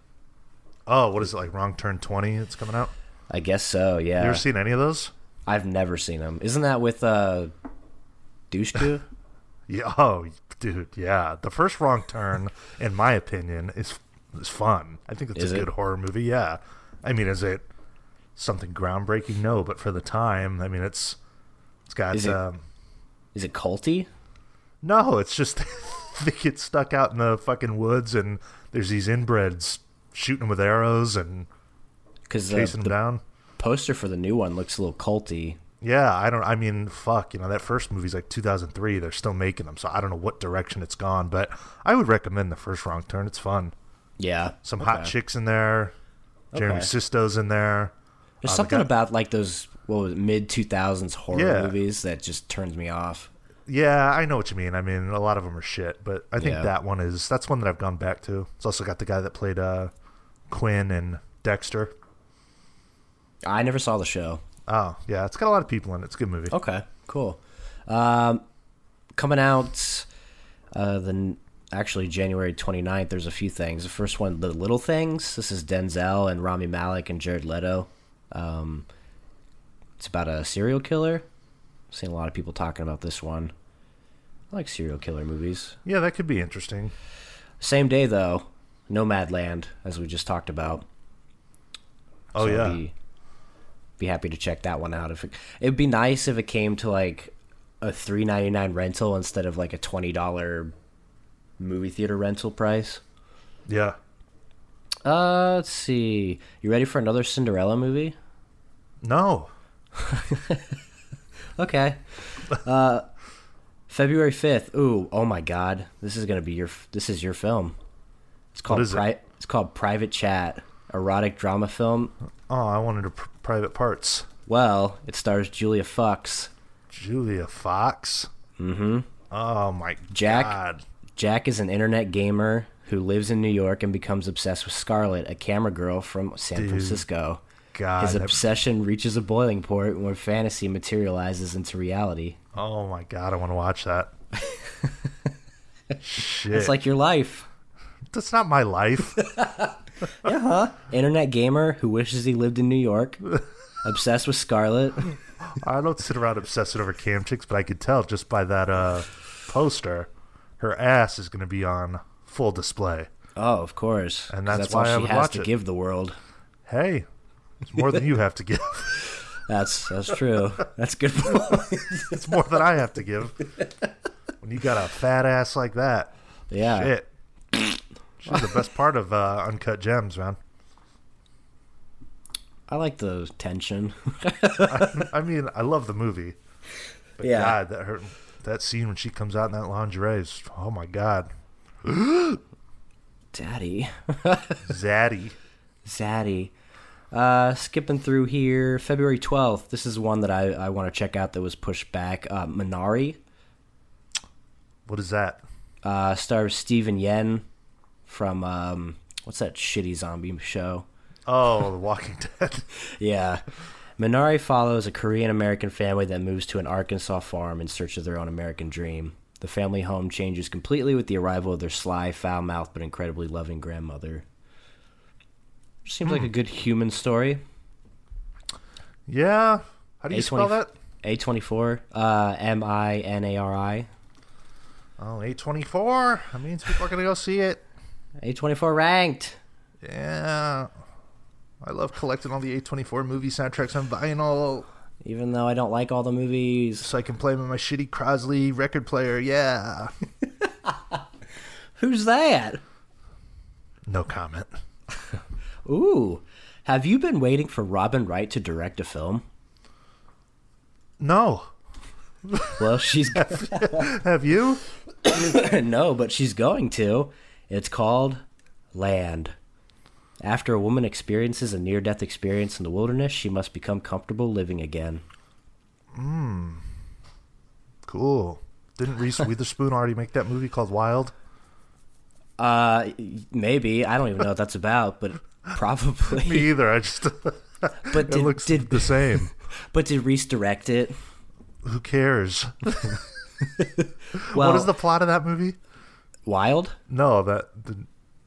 Oh, what is it like? Wrong Turn Twenty. It's coming out.
I guess so. Yeah.
You ever seen any of those?
I've never seen him. Isn't that with uh, Dushku?
Yeah, oh, dude, yeah. The first wrong turn, in my opinion, is is fun. I think it's
Is
a
it?
good horror movie. Yeah, I mean, is it something groundbreaking? No, but for the time, I mean, it's it's got
Is it-
um,
Is it culty?
No, it's just they get stuck out in the fucking woods, and there's these inbreds shooting them with arrows and
Because the,
chasing them
the
down.
poster for the new one looks a little culty.
Yeah, I don't. I mean, fuck. You know that first movie's like 2003. They're still making them, so I don't know what direction it's gone. But I would recommend the first Wrong Turn. It's fun.
Yeah,
Some hot
Okay.
chicks in there. Jeremy
Okay.
Sisto's in there.
There's
Uh, the
something
guy-
about like those what was mid two thousands horror
Yeah.
movies that just turns me off.
Yeah, I know what you mean. I mean, a lot of them are shit, but I think
Yeah.
that one is that's one that I've gone back to. It's also got the guy that played uh, Quinn and Dexter.
I never saw the show.
Oh, yeah, it's got a lot of people in it. It's a good movie.
Okay, cool. Um, coming out uh, the n- actually January 29th, There's a few things. The first one, The Little Things. This is Denzel and Rami Malek and Jared Leto. Um, it's about a serial killer. I've seen a lot of people talking about this one. I like serial killer movies.
Yeah, that could be interesting.
Same day though, Nomadland, as we just talked about.
Oh
So
yeah,
I'd be, be happy to check that one out. If it, it'd be nice if it came to like a three ninety nine rental instead of like a twenty dollar movie theater rental price.
yeah.
Uh, let's see. You ready for another Cinderella movie?
No,
Okay. Uh, February fifth. Ooh, oh my God! This is gonna be your. f- This is your film. It's called.
is it?
Pri- It's called Private Chat, erotic drama film.
oh, I wanted a pr- private parts.
Well, it stars Julia Fox,
Julia Fox. Mm-hmm. Oh my
Jack
god.
Jack is an internet gamer who lives in New York and becomes obsessed with Scarlett, a camera girl from San
Dude.
Francisco.
God.
His
that-
obsession reaches a boiling point where fantasy materializes into reality.
oh my god, I want to watch that. Shit.
It's like your life.
that's not my life.
Internet gamer who wishes he lived in New York, obsessed with Scarlett.
I don't sit around obsessing over cam chicks, but I could tell just by that uh, poster, her ass is going to be on full display.
Oh, of course.
And
'cause
that's why
all
I
she
would
has
watch
to
it.
give the world.
Hey, it's more than you have to give.
That's that's true. That's a good. point.
It's more than I have to give. When you got a fat ass like that,
yeah.
shit. She's the best part of uh, Uncut Gems, man.
I like the tension.
I mean, I love the movie. But
Yeah.
God, that her that scene when she comes out in that lingerie is oh my god,
Daddy.
zaddy.
Zaddy. Uh, skipping through here, February 12th. This is one that I, I want to check out that was pushed back. Uh, Minari
What is that?
uh, stars Steven Yen from, um, what's that shitty zombie show?
Oh, The Walking Dead.
Yeah. Minari follows a Korean American family that moves to an Arkansas farm in search of their own American dream. The family home changes completely with the arrival of their sly, foul mouthed, but incredibly loving grandmother. Seems like a good human story.
Yeah. How do you spell
A20
that?
A24, uh, M I N A R I.
Oh, A24. That means people are going to go see it.
A24 ranked.
Yeah. I love collecting all the A24 movie soundtracks on vinyl
Even though I don't like all the movies.
so I can play them on my shitty Crosley record player. Yeah.
Who's that?
No comment.
Ooh. Have you been waiting for Robin Wright to direct a film?
No.
Well, she's
Have you?
no, but she's going to. It's called Land. After a woman experiences a near-death experience in the wilderness, she must become comfortable living again.
Cool. Didn't Reese Witherspoon already make that movie called Wild?
Uh, maybe I don't even know what that's about, but probably.
Me either. I just
but
it
did,
looks
did
the same.
But did Reese direct it?
Who cares?
Well,
what is the plot of that movie?
Wild,
No, that the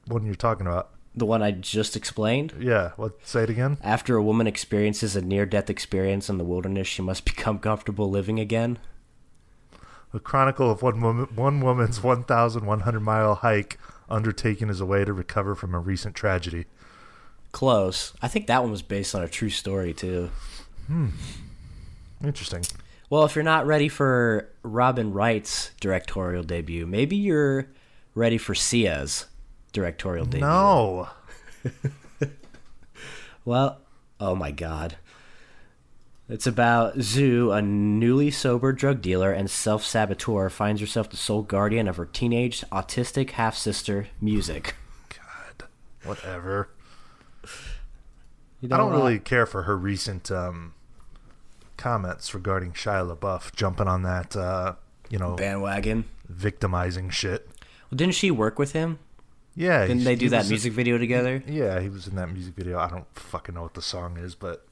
one you're talking about.
the one I just explained.
Yeah. What? Say it again.
After a woman experiences a near-death experience in the wilderness, she must become comfortable living again.
A chronicle of one woman, one woman's 1,100 mile hike undertaken as a way to recover from a recent tragedy.
Close. I think that one was based on a true story too.
Interesting.
Well, if you're not ready for Robin Wright's directorial debut, maybe you're ready for Sia's directorial debut.
No.
Well, oh my god. It's about Zhu, a newly sober drug dealer and self saboteur, finds herself the sole guardian of her teenage autistic half sister, Music.
God. Whatever.
You
I don't
know, uh,
really care for her recent um, comments regarding Shia LaBeouf jumping on that, uh, you know,
bandwagon.
victimizing shit.
Well, didn't she work with him?
Yeah.
Didn't
he-
they
he
do that
was-
music video together?
Yeah, he was in that music video. I don't fucking know what the song is, but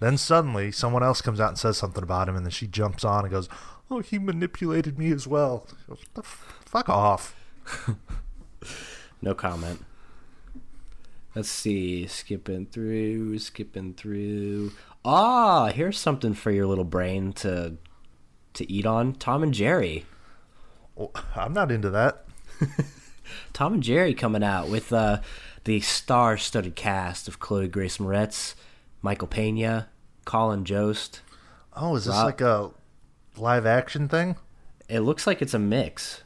then suddenly someone else comes out and says something about him, and then she jumps on and goes, "Oh, he manipulated me as well." I goes, "The f- Fuck off.
No comment. Let's see. Skipping through, skipping through. Ah, here's something for your little brain to to eat on. Tom and Jerry.
Oh, I'm not into that.
Tom and Jerry coming out with uh, the star-studded cast of Chloe Grace Moretz, Michael Pena, Colin Jost.
Oh, is this
Rob-
like a live action thing?
It looks like it's a mix.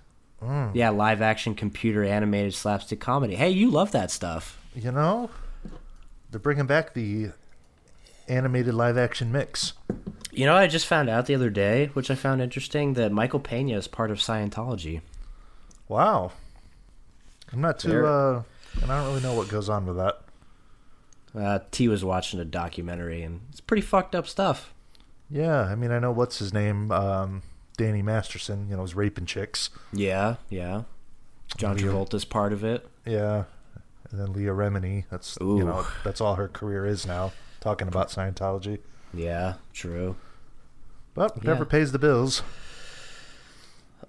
Yeah, live action, computer animated slapstick comedy. Hey, you love that stuff.
You know, they're bringing back the animated live action mix.
You know, what I just found out the other day, which I found interesting, that Michael Pena is part of Scientology.
Wow. I'm not too,
They're-
uh, and I don't really know what goes on with that.
Uh, T was watching a documentary, and it's pretty fucked up stuff.
Yeah, I mean, I know what's his name, um, Danny Masterson. You know, was raping chicks.
Yeah, yeah. John
Yeah.
Travolta's part of it.
Yeah, and then Leah Remini. That's
Ooh.
you know, that's all her career is now. Talking about Scientology,
Yeah, true.
but whatever
Yeah.
pays the bills.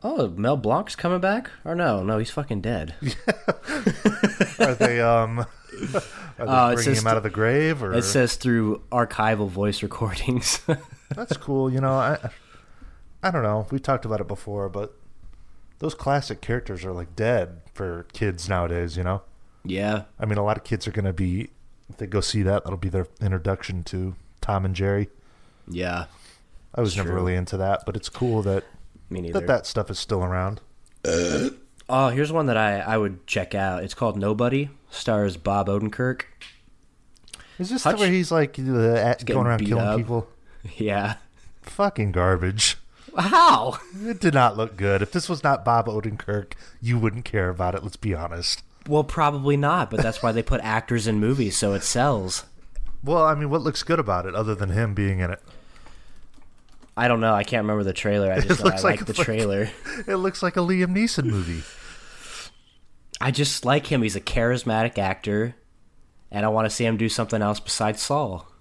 Oh, Mel Blanc's coming back? Or no, no, he's fucking dead.
Are they um, are they
Oh, it
bringing
says
him out of the grave or?
It says through archival voice recordings.
that's cool. You know, I I don't know. We talked about it before, but those classic characters are like dead for kids nowadays. You know,
yeah,
I mean, a lot of kids are gonna be if they go see that. That'll be their introduction to Tom and Jerry.
yeah.
I was never
True.
really into that, but it's cool that
Me neither.
that, that stuff is still around.
Oh, here's one that I, I would check out. It's called Nobody. Stars Bob Odenkirk.
Is this
Hutch-
the where he's like the, at,
getting
going around
beat
killing
up.
people?
Yeah.
Fucking garbage.
How?
It did not look good. If this was not Bob Odenkirk, you wouldn't care about it. Let's be honest.
Well, probably not, but that's why they put actors in movies so it sells.
Well, I mean, what looks good about it other than him being in it?
I don't know. I can't remember the trailer. I just know I
looks like
like
a
the
fucking-
trailer.
It looks like a Liam Neeson movie.
I just like him. He's a charismatic actor, and I want to see him do something else besides Saul.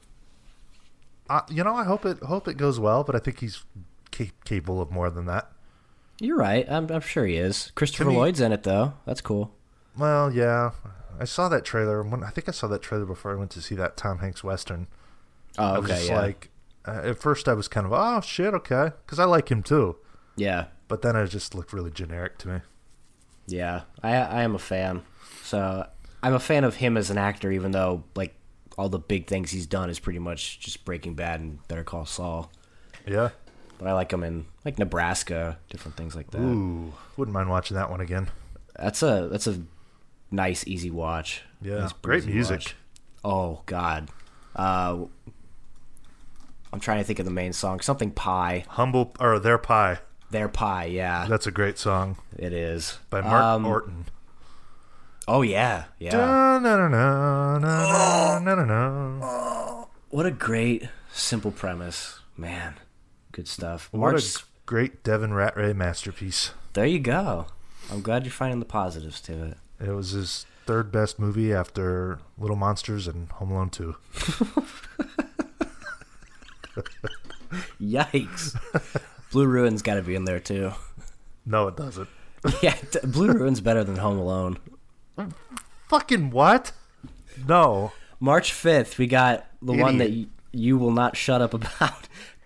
Uh, you know, I hope it hope it goes well, but I think he's ca- capable of more than that.
You're right. I'm, I'm sure he is. Christopher
me-
Lloyd's in it though. That's cool.
Well, yeah, I saw that trailer. When, I think I saw that trailer before I went to see that Tom Hanks western.
Oh,
I was
okay.
just
Yeah.
like, uh, at first I was kind of, oh shit, okay, because I like him too.
yeah.
But then it just looked really generic to me.
Yeah, I I am a fan. So I'm a fan of him as an actor, even though like all the big things he's done is pretty much just Breaking Bad and Better Call Saul.
Yeah.
But I like him in like Nebraska, different things like that.
Ooh, wouldn't mind watching that one again.
That's a that's a nice easy watch.
Yeah,
Nice,
great
breezy
music.
watch. Oh God, uh, I'm trying to think of the main song. Something pie.
Humble or their pie.
Their pie. Yeah,
That's a great song
it is
by Mark
Um,
Orton.
Oh yeah, yeah.
Da-na-na-na-na-na-na-na.
What a great simple premise, man. Good stuff.
What
March.
a great Devin Rattray masterpiece.
There you go. I'm glad you're finding the positives to it.
It was his third best movie after Little Monsters and Home Alone 2.
Yikes. Blue Ruin's got to be in there too.
No, it doesn't.
Yeah, t- Blue Ruin's better than Home Alone.
Fucking what? No.
March 5th, we got the one that y-
Idiot.
you will not shut up about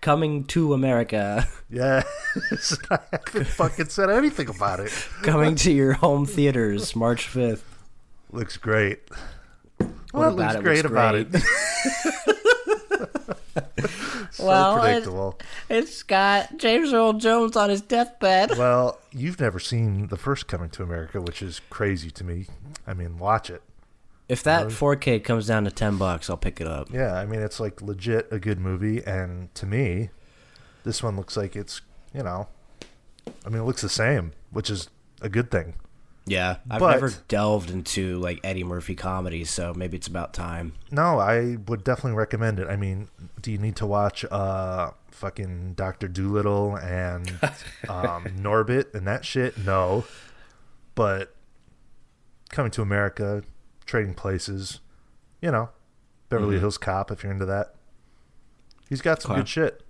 Coming to America,
Yeah. I haven't fucking said anything about it.
coming to your home theaters March 5th.
Looks great.
What
Well, it looks
about it
great
looks
about
great?
it. so
Well, it-
predictable.
It's got James Earl Jones on his deathbed.
Well, you've never seen the first Coming to America, which is crazy to me. I mean, watch it.
If that 4K comes down to 10 bucks, I'll pick it up.
Yeah, I mean, it's like legit a good movie, and to me, this one looks like it's you know, I mean, it looks the same, which is a good thing.
Yeah, I've
But-
never delved into like Eddie Murphy comedies, so maybe it's about time.
No, I would definitely recommend it. I mean, do you need to watch uh fucking Doctor Doolittle and um, Norbit and that shit? No, but coming to America, Trading Places, you know, Beverly Hills Cop. If you're into that, he's got some
Okay.
good shit.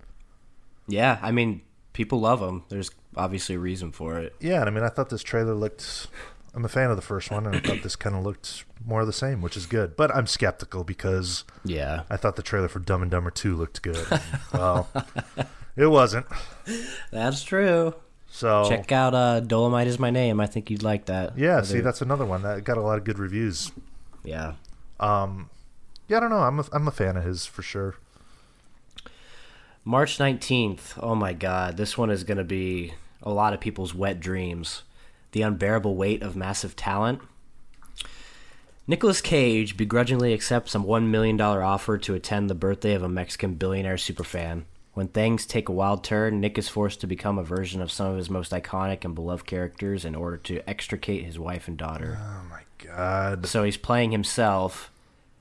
Yeah, I mean, people love him. There's obviously a reason for it.
Yeah, and I mean, I thought this trailer looked. I'm a fan of the first one, and I thought this kind of looked more of the same, which is good. But I'm skeptical because
Yeah.
I thought the trailer for Dumb and Dumber 2 looked good. well, it wasn't.
That's true.
So,
Check out uh, Dolomite is my name. I think you'd like that.
yeah,
Other-
see, that's another one that got a lot of good reviews.
Yeah.
Um, yeah, I don't know. I'm a, I'm a fan of his for sure.
March 19th. Oh my God. This one is going to be a lot of people's wet dreams. The unbearable weight of massive talent. Nicolas Cage begrudgingly accepts a $1 million offer to attend the birthday of a Mexican billionaire superfan. When things take a wild turn, Nick is forced to become a version of some of his most iconic and beloved characters in order to extricate his wife and daughter.
Oh, my God.
So he's playing himself,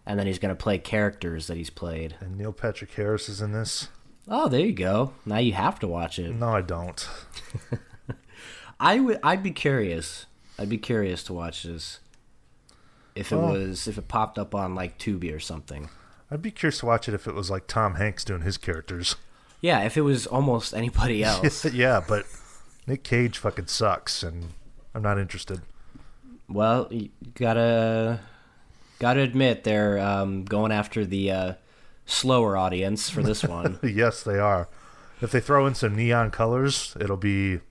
and then he's going to play characters that he's played.
And Neil Patrick Harris is in this?
Oh, there you go. Now you have to watch it.
No, I don't.
I would. I'd be curious. I'd be curious to watch this. If it
Oh.
was, if it popped up on like Tubi or something.
I'd be curious to watch it if it was like Tom Hanks doing his characters.
Yeah, if it was almost anybody else.
yeah, but Nick Cage fucking sucks, and I'm not interested.
well, you gotta gotta admit they're um, going after the uh, slower audience for this one.
yes, they are. If they throw in some neon colors, it'll be,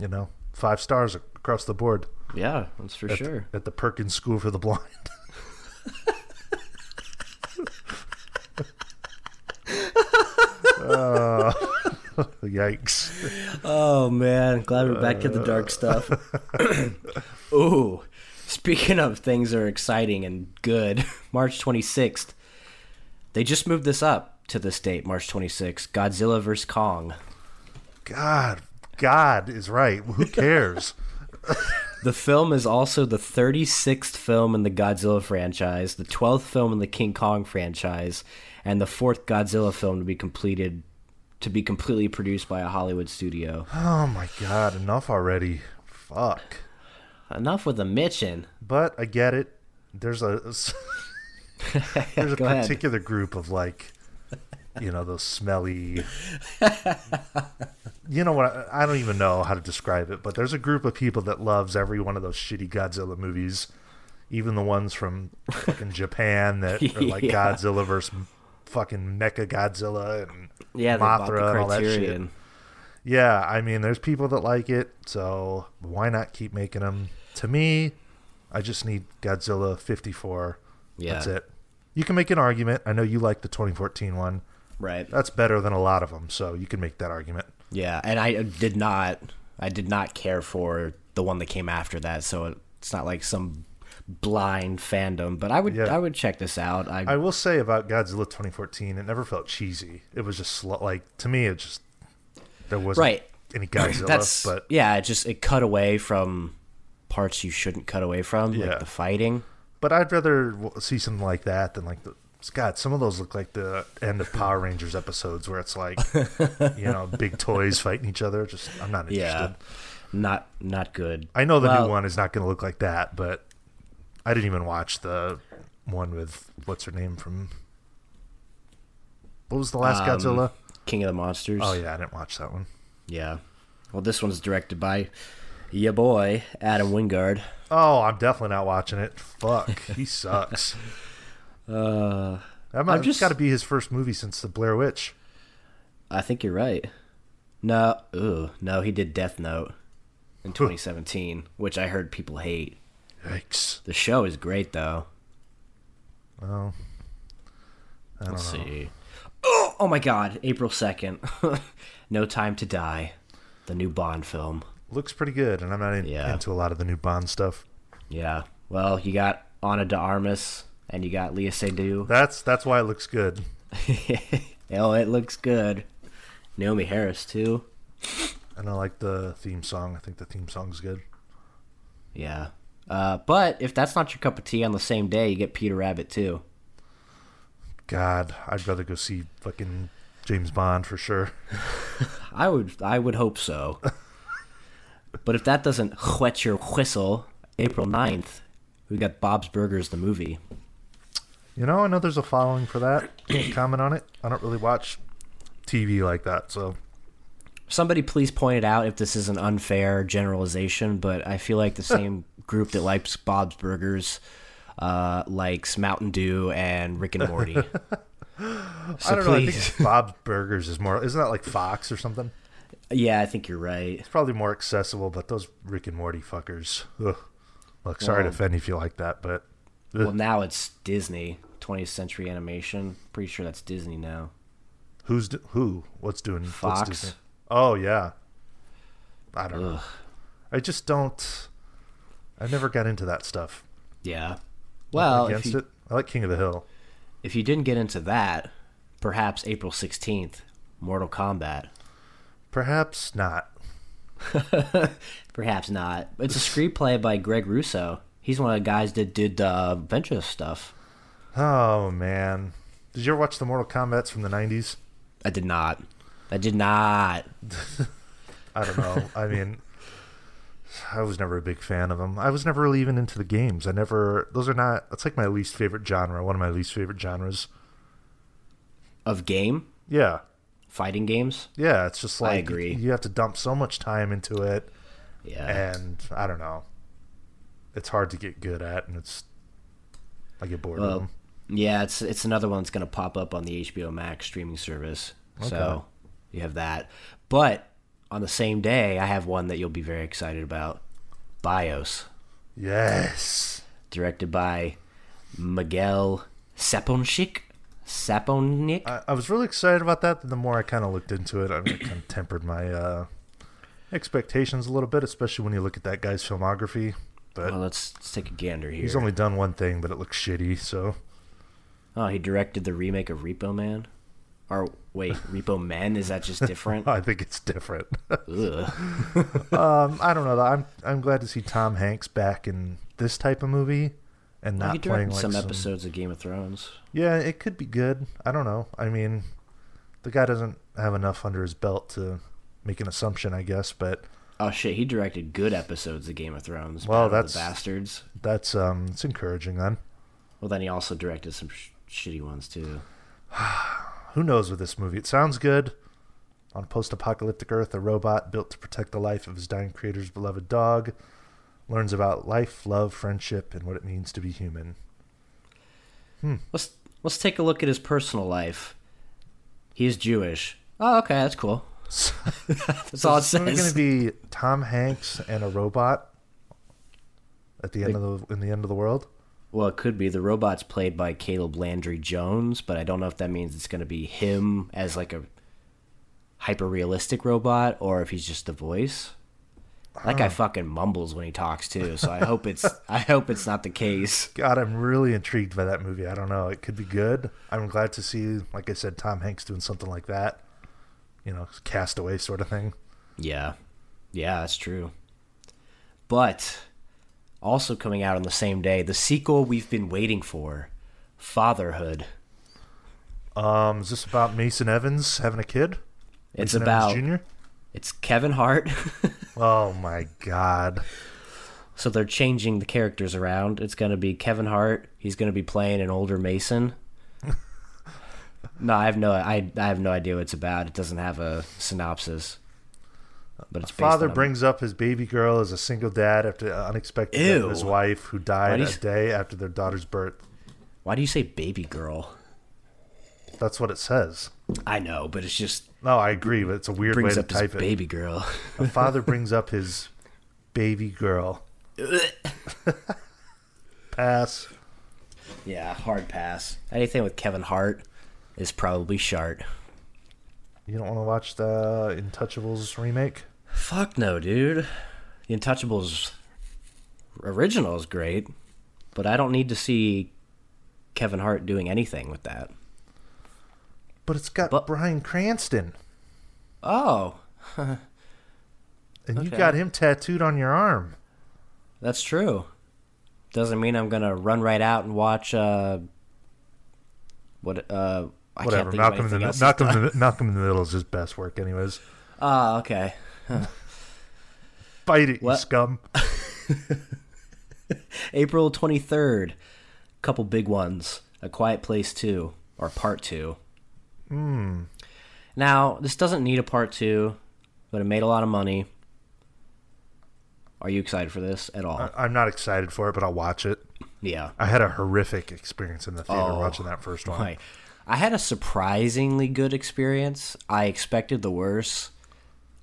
you know, five stars across the board
yeah, that's for
at,
sure.
at the Perkins School for the Blind. Uh, yikes.
Oh man, glad we're back to the dark stuff. Ooh, speaking of things that are exciting and good, March 26th. They just moved this up to this date, March 26th. Godzilla vs. Kong.
God, God is right. Who cares?
The film is also the 36th film in the Godzilla franchise, the 12th film in the King Kong franchise, and the fourth Godzilla film to be completed to be completely produced by a Hollywood studio.
oh my God, enough already. Fuck.
Enough with the mitchin'.
But I get it. There's a there's a
Go ahead.
particular group of like, you know, those smelly. you know what? I, I don't even know how to describe it, but there's a group of people that loves every one of those shitty Godzilla movies, even the ones from fucking Japan that are like
Yeah.
Godzilla versus fucking Mecha Godzilla and
Yeah, they bought the
Mothra and all that shit.
Criterion.
yeah. I mean, there's people that like it, so why not keep making them? To me, I just need Godzilla 54.
Yeah.
That's it. You can make an argument. I know you like the 2014 one.
Right.
That's better than a lot of them, so you can make that argument.
Yeah, and I did not I did not care for the one that came after that, so it's not like some blind fandom, but I would
Yeah.
I would check this out. I,
I will say about Godzilla 2014, it never felt cheesy. It was just sl- like to me, it just there wasn't
Right.
any Godzilla.
that's
but
yeah, it just it cut away from parts you shouldn't cut away from,
Yeah.
like the fighting.
but I'd rather w- see something like that than like the. God, some of those look like the end of Power Rangers episodes where it's like, you know, big toys fighting each other. Just, I'm not interested.
Yeah. Not not good.
I know the
Well-
new one is not going to look like that, but I didn't even watch the one with what's her name from. What was the last
Um,
Godzilla?
King of the Monsters.
Oh yeah, I didn't watch that one.
Yeah. Well, this one's directed by your boy Adam Wingard.
Oh, I'm definitely not watching it. Fuck, he sucks.
Uh,
That
I'm
might
just-
just got to be his first movie since the Blair Witch.
I think you're right. No, ooh, no, he did Death Note in 2017, which I heard people hate.
Yikes!
The show is great though.
Well, I don't
Let's
know.
see. oh my God, April 2nd. no Time to Die, the new Bond film.
Looks pretty good, and I'm not in,
Yeah.
into a lot of the new Bond stuff.
Yeah. Well, you got Ana de Armas and you got Leah Seydoux.
That's that's why it looks good.
oh, it looks good. Naomi Harris, too.
And I like the theme song. I think the theme song's good.
Yeah. Uh, but if that's not your cup of tea on the same day, you get Peter Rabbit, too.
God, I'd rather go see fucking James Bond for sure.
I would I would hope so. but if that doesn't whet your whistle, April 9th, we got Bob's Burgers the movie.
You know, I know there's a following for that. Comment on it. I don't really watch TV like that, so
Somebody please point it out if this is an unfair generalization, but I feel like the same group that likes Bob's Burgers uh, likes Mountain Dew and Rick and Morty. So
I don't know. I
please.
think Bob's Burgers is more. Isn't that like Fox or something?
yeah, I think you're right.
It's probably more accessible. But those Rick and Morty fuckers. Ugh. Look, sorry
Well-
to offend you if you like that, but
Well, now it's Disney, 20th Century Animation. Pretty sure that's Disney now.
who's do, who? What's doing what's
Fox.
Disney? oh yeah. I don't know. I just don't. I never got into that stuff.
Yeah. Well, if
against
you,
it. I like King of the Hill.
if you didn't get into that, perhaps April 16th, Mortal Kombat.
Perhaps not.
Perhaps not. It's a screenplay by Greg Russo. He's one of the guys that did uh, Venture stuff.
Oh man, did you ever watch the Mortal Kombat's from the '90s?
I did not. I did not.
I don't know. I mean, I was never a big fan of them. I was never really even into the games. I never. Those are not. That's like my least favorite genre. One of my least favorite genres.
Of game?
Yeah,
Fighting games?
yeah. It's just
I
like
agree.
You have to dump so much time into it,
Yeah.
and I don't know. It's hard to get good at, and it's. I get bored of
Well,
them.
yeah, it's it's another one that's going to pop up on the HBO Max streaming service.
Okay.
So you have that. But on the same day, I have one that you'll be very excited about Bios,
Yes.
directed by Miguel Saponchik. Saponik?
I, I was really excited about that. Then the more I kind of looked into it, I mean, it kind of tempered my uh, expectations a little bit, especially when you look at that guy's filmography. But
well, let's, let's take a gander here.
he's only done one thing, but it looks shitty. So
oh, he directed the remake of Repo Man? Or wait, Repo Men? Is that just different?
I think it's different.
Ugh.
um, I don't know. though. I'm I'm glad to see Tom Hanks back in this type of movie and
Well,
not
Oh, he
playing
directed
like
some episodes of Game of Thrones.
Yeah, it could be good. I don't know. I mean, the guy doesn't have enough under his belt to make an assumption, I guess. But
Oh shit, he directed good episodes of Game of Thrones.
Well,
Battle of the
that's-
bastards.
that's um, it's encouraging then.
Well, then he also directed some sh- shitty ones too.
Who knows with this movie? It sounds good. On post apocalyptic Earth, a robot built to protect the life of his dying creator's beloved dog learns about life, love, friendship, and what it means to be human.
Let's let's take a look at his personal life. He is Jewish. Oh, okay, that's cool.
So
That's all it
It's going to
says.
be Tom Hanks and a robot at the end of the in the end of the world.
Well, it could be the robot's played by Caleb Landry Jones, but I don't know if that means it's going to be him as like a hyper realistic robot or if he's just the voice. That guy fucking mumbles when he talks too, so I hope it's I hope it's not the case.
God, I'm really intrigued by that movie. I don't know; it could be good. I'm glad to see, like I said, Tom Hanks doing something like that. You know, castaway sort of thing.
Yeah. Yeah, that's true. But also coming out on the same day, the sequel we've been waiting for, Fatherhood.
Um, is this about Mason Evans having a kid?
It's
Mason
about
Evans Jr.
it's Kevin Hart.
Oh my god.
so they're changing the characters around. It's going to be Kevin Hart. He's going to be playing an older Mason. no, I have no I I have no idea what it's about. It doesn't have a synopsis. But it's based
Father
on a-
brings up his baby girl as a single dad after the unexpected death of his
Ew.
wife who died
do
a
you s-
day after their daughter's birth.
Why do you say baby girl?
That's what it says.
I know, but it's just
No, I agree, but it's a weird way
brings
to
up his
type it.
baby girl.
A father brings up his baby girl. Pass.
Yeah, hard pass. Anything with Kevin Hart is probably shart.
You don't want to watch the Intouchables remake?
Fuck no, dude. The Untouchables original is great, but I don't need to see Kevin Hart doing anything with that.
But it's got
But-
Brian Cranston,
Oh,
and you
Okay.
got him tattooed on your arm.
that's true. Doesn't mean I'm gonna run right out and watch uh what uh I
Whatever.
can't think
Malcolm
of
in the
anything else.
Malcolm in the, Malcolm in the Middle is his best work, anyways.
Ah, okay.
Fight it, you
What?
scum.
April 23rd. Couple big ones. A Quiet Place 2 or Part 2.
Hmm.
Now, this doesn't need a Part 2, but it made a lot of money. Are you excited for this at all?
I- I'm not excited for it, but I'll watch it.
yeah.
I had a horrific experience in the theater
Oh,
watching that first one.
Right. I had a surprisingly good experience. I expected the worst.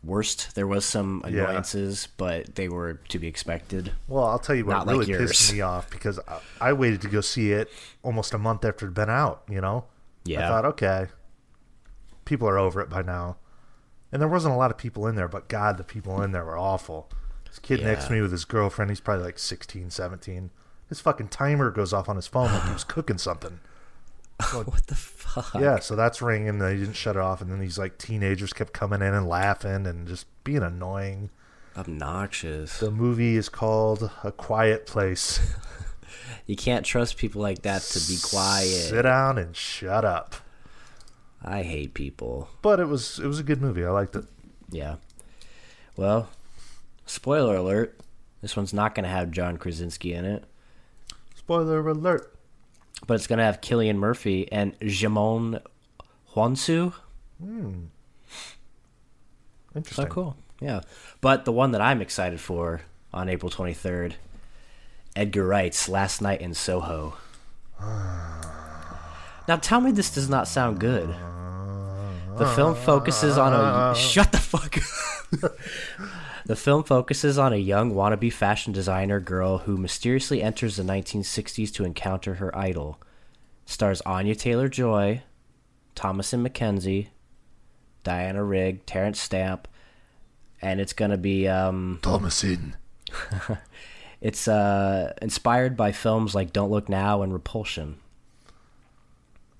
Worst. There was some
Yeah.
annoyances, but they were to be expected.
Well, I'll tell you what
Not
really
like
pissed
yours.
me off because I, I waited to go see it almost a month after it'd been out. You know, I
Yeah.
thought, okay, people are over it by now, and there wasn't a lot of people in there. But God, the people in there were awful. This kid next
Yeah.
to me with his girlfriend, he's probably like 16, 17. His fucking timer goes off on his phone like he was cooking something.
what the fuck?
Yeah, so that's ringing. They didn't shut it off, and then these like teenagers kept coming in and laughing and just being annoying.
Obnoxious.
The movie is called A Quiet Place.
You can't trust people like that to be quiet.
Sit down and shut up.
I hate people.
But it was it was a good movie. I liked it.
Yeah. Well, spoiler alert. This one's not going to have John Krasinski in it,
Spoiler alert.
but it's going to have Killian Murphy and Jamon Hwansu.
Interesting.
So Oh, cool. Yeah. But the one that I'm excited for on April 23rd, Edgar Wright's Last Night in Soho. Now tell me this does not sound good. The film focuses on a shut the fuck up. the film focuses on a young wannabe fashion designer girl who mysteriously enters the 1960s to encounter her idol. Stars Anya Taylor-Joy, Thomasin McKenzie, Diana Rigg, Terrence Stamp, and it's gonna be um,
Thomasin.
it's uh, inspired by films like Don't Look Now and Repulsion.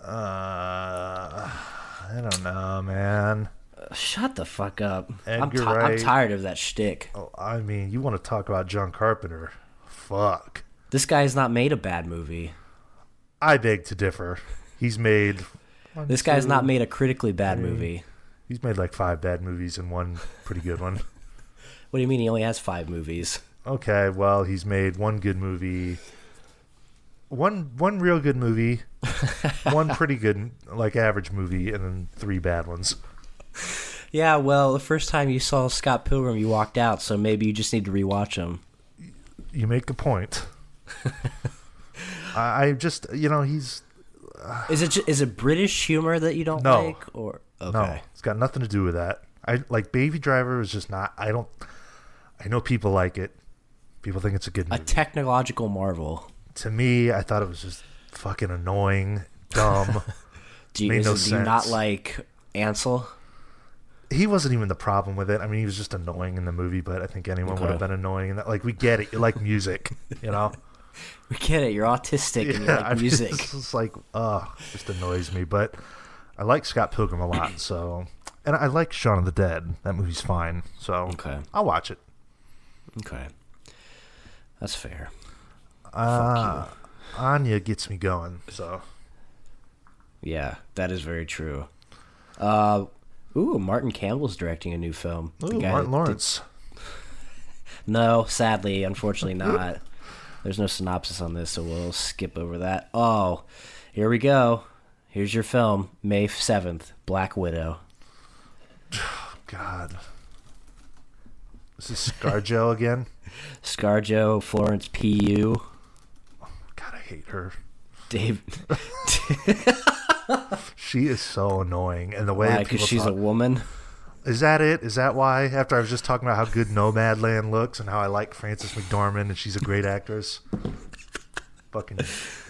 Uh, I don't know, man.
Uh, Shut the fuck up! I'm,
Edgar
ti-
Wright.
I'm tired of that shtick.
Oh, I mean, you want to talk about John Carpenter? Fuck.
This guy has not made a bad movie.
I beg to differ. He's made
This guy's not made a critically bad movie.
he's made like five bad movies and one pretty good one.
What do you mean he only has five movies?
Okay, well, he's made one good movie, one one real good movie, one pretty good like average movie, and then three bad ones.
Yeah, well, the first time you saw Scott Pilgrim, you walked out, so maybe you just need to rewatch him.
You make a point. I, I just you know he's
Is it ju- is it British humor that you don't
No.
like, or okay?
no, it's got nothing to do with that. I like Baby Driver is just not. I don't. I know people like it. People think it's a good
A
movie.
technological marvel.
to me, I thought it was just fucking annoying, dumb.
Do you,
Made
is
no
it- do you not
sense.
like Ansel?
he wasn't even the problem with it. I mean, he was just annoying in the movie, but I think anyone would
Okay.
have been annoying. In that. Like, we get it. You like music, you know?
We get it. You're autistic and you
I mean,
like music.
It's just like, uh, just annoys me. But I like Scott Pilgrim a lot, so. And I like Shaun of the Dead. That movie's fine, so
Okay.
I'll watch it.
Okay, that's fair.
Uh, Anya gets me going, so.
Yeah, that is very true. Uh, ooh, Martin Campbell's directing a new film. The
Ooh,
guy
Martin
that did-
Lawrence.
No, sadly, unfortunately not. There's no synopsis on this, so we'll skip over that. Oh, here we go. Here's your film, May 7th, Black Widow.
God. Is this ScarJo again?
Scarjo, Florence P.U.,
God, I hate her.
Dave.
She is so annoying, and the way that
Why?
people
Because she's
talk
a woman.
Is that it? Is that why? After I was just talking about how good Nomadland looks and how I like Frances McDormand and she's a great actress. Fucking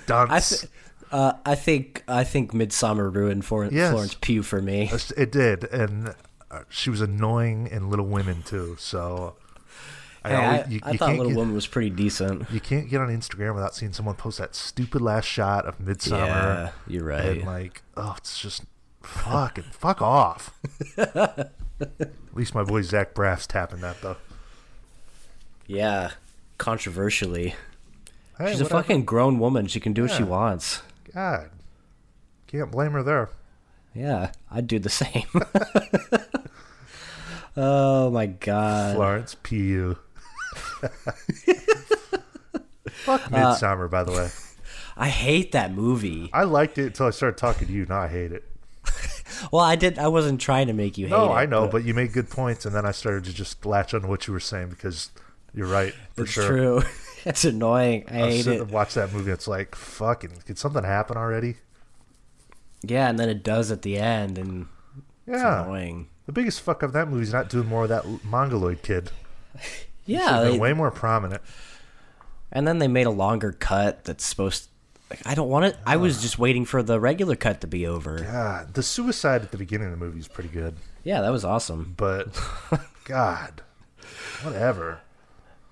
dunce.
I, th- Uh, I think I think Midsummer ruined For-
Yes.
Florence Pugh for me.
Uh, It did, and uh, she was annoying in Little Women too. So
Hey, I,
always-
I thought
can't
Little
get,
Woman was pretty decent.
You can't get on Instagram without seeing someone post that stupid last shot of Midsummer.
Yeah, you're right.
And like, oh, it's just fucking fuck off. At least my boy Zach Braff's tapping that though.
yeah, controversially,
Hey,
she's a
whatever.
fucking grown woman. She can do what she
Yeah.
wants.
God. Can't blame her there.
Yeah, I'd do the same. oh my god.
Florence P.U.
Uh,
Fuck Midsummer, by the way.
I hate that movie.
I liked it until I started talking to you. Now I hate it.
Well, I did I wasn't trying to make you hate
No,
it.
I know, but you made good points, and then I started to just latch on to what you were saying because you're right for
it's
sure.
true. it's annoying. I
I
hate
sit
it.
and watch that movie. It's like fucking. Could something happen already?
Yeah, and then it does at the end and it's
Yeah.
annoying.
The biggest fuck up in that movie is not doing more of that mongoloid kid.
Yeah,
They're
they-
way more prominent.
and then they made a longer cut that's supposed like, I don't want it. I was just waiting for the regular cut to be over.
God, the suicide at the beginning of the movie is pretty good,
Yeah, that was awesome.
but God, whatever.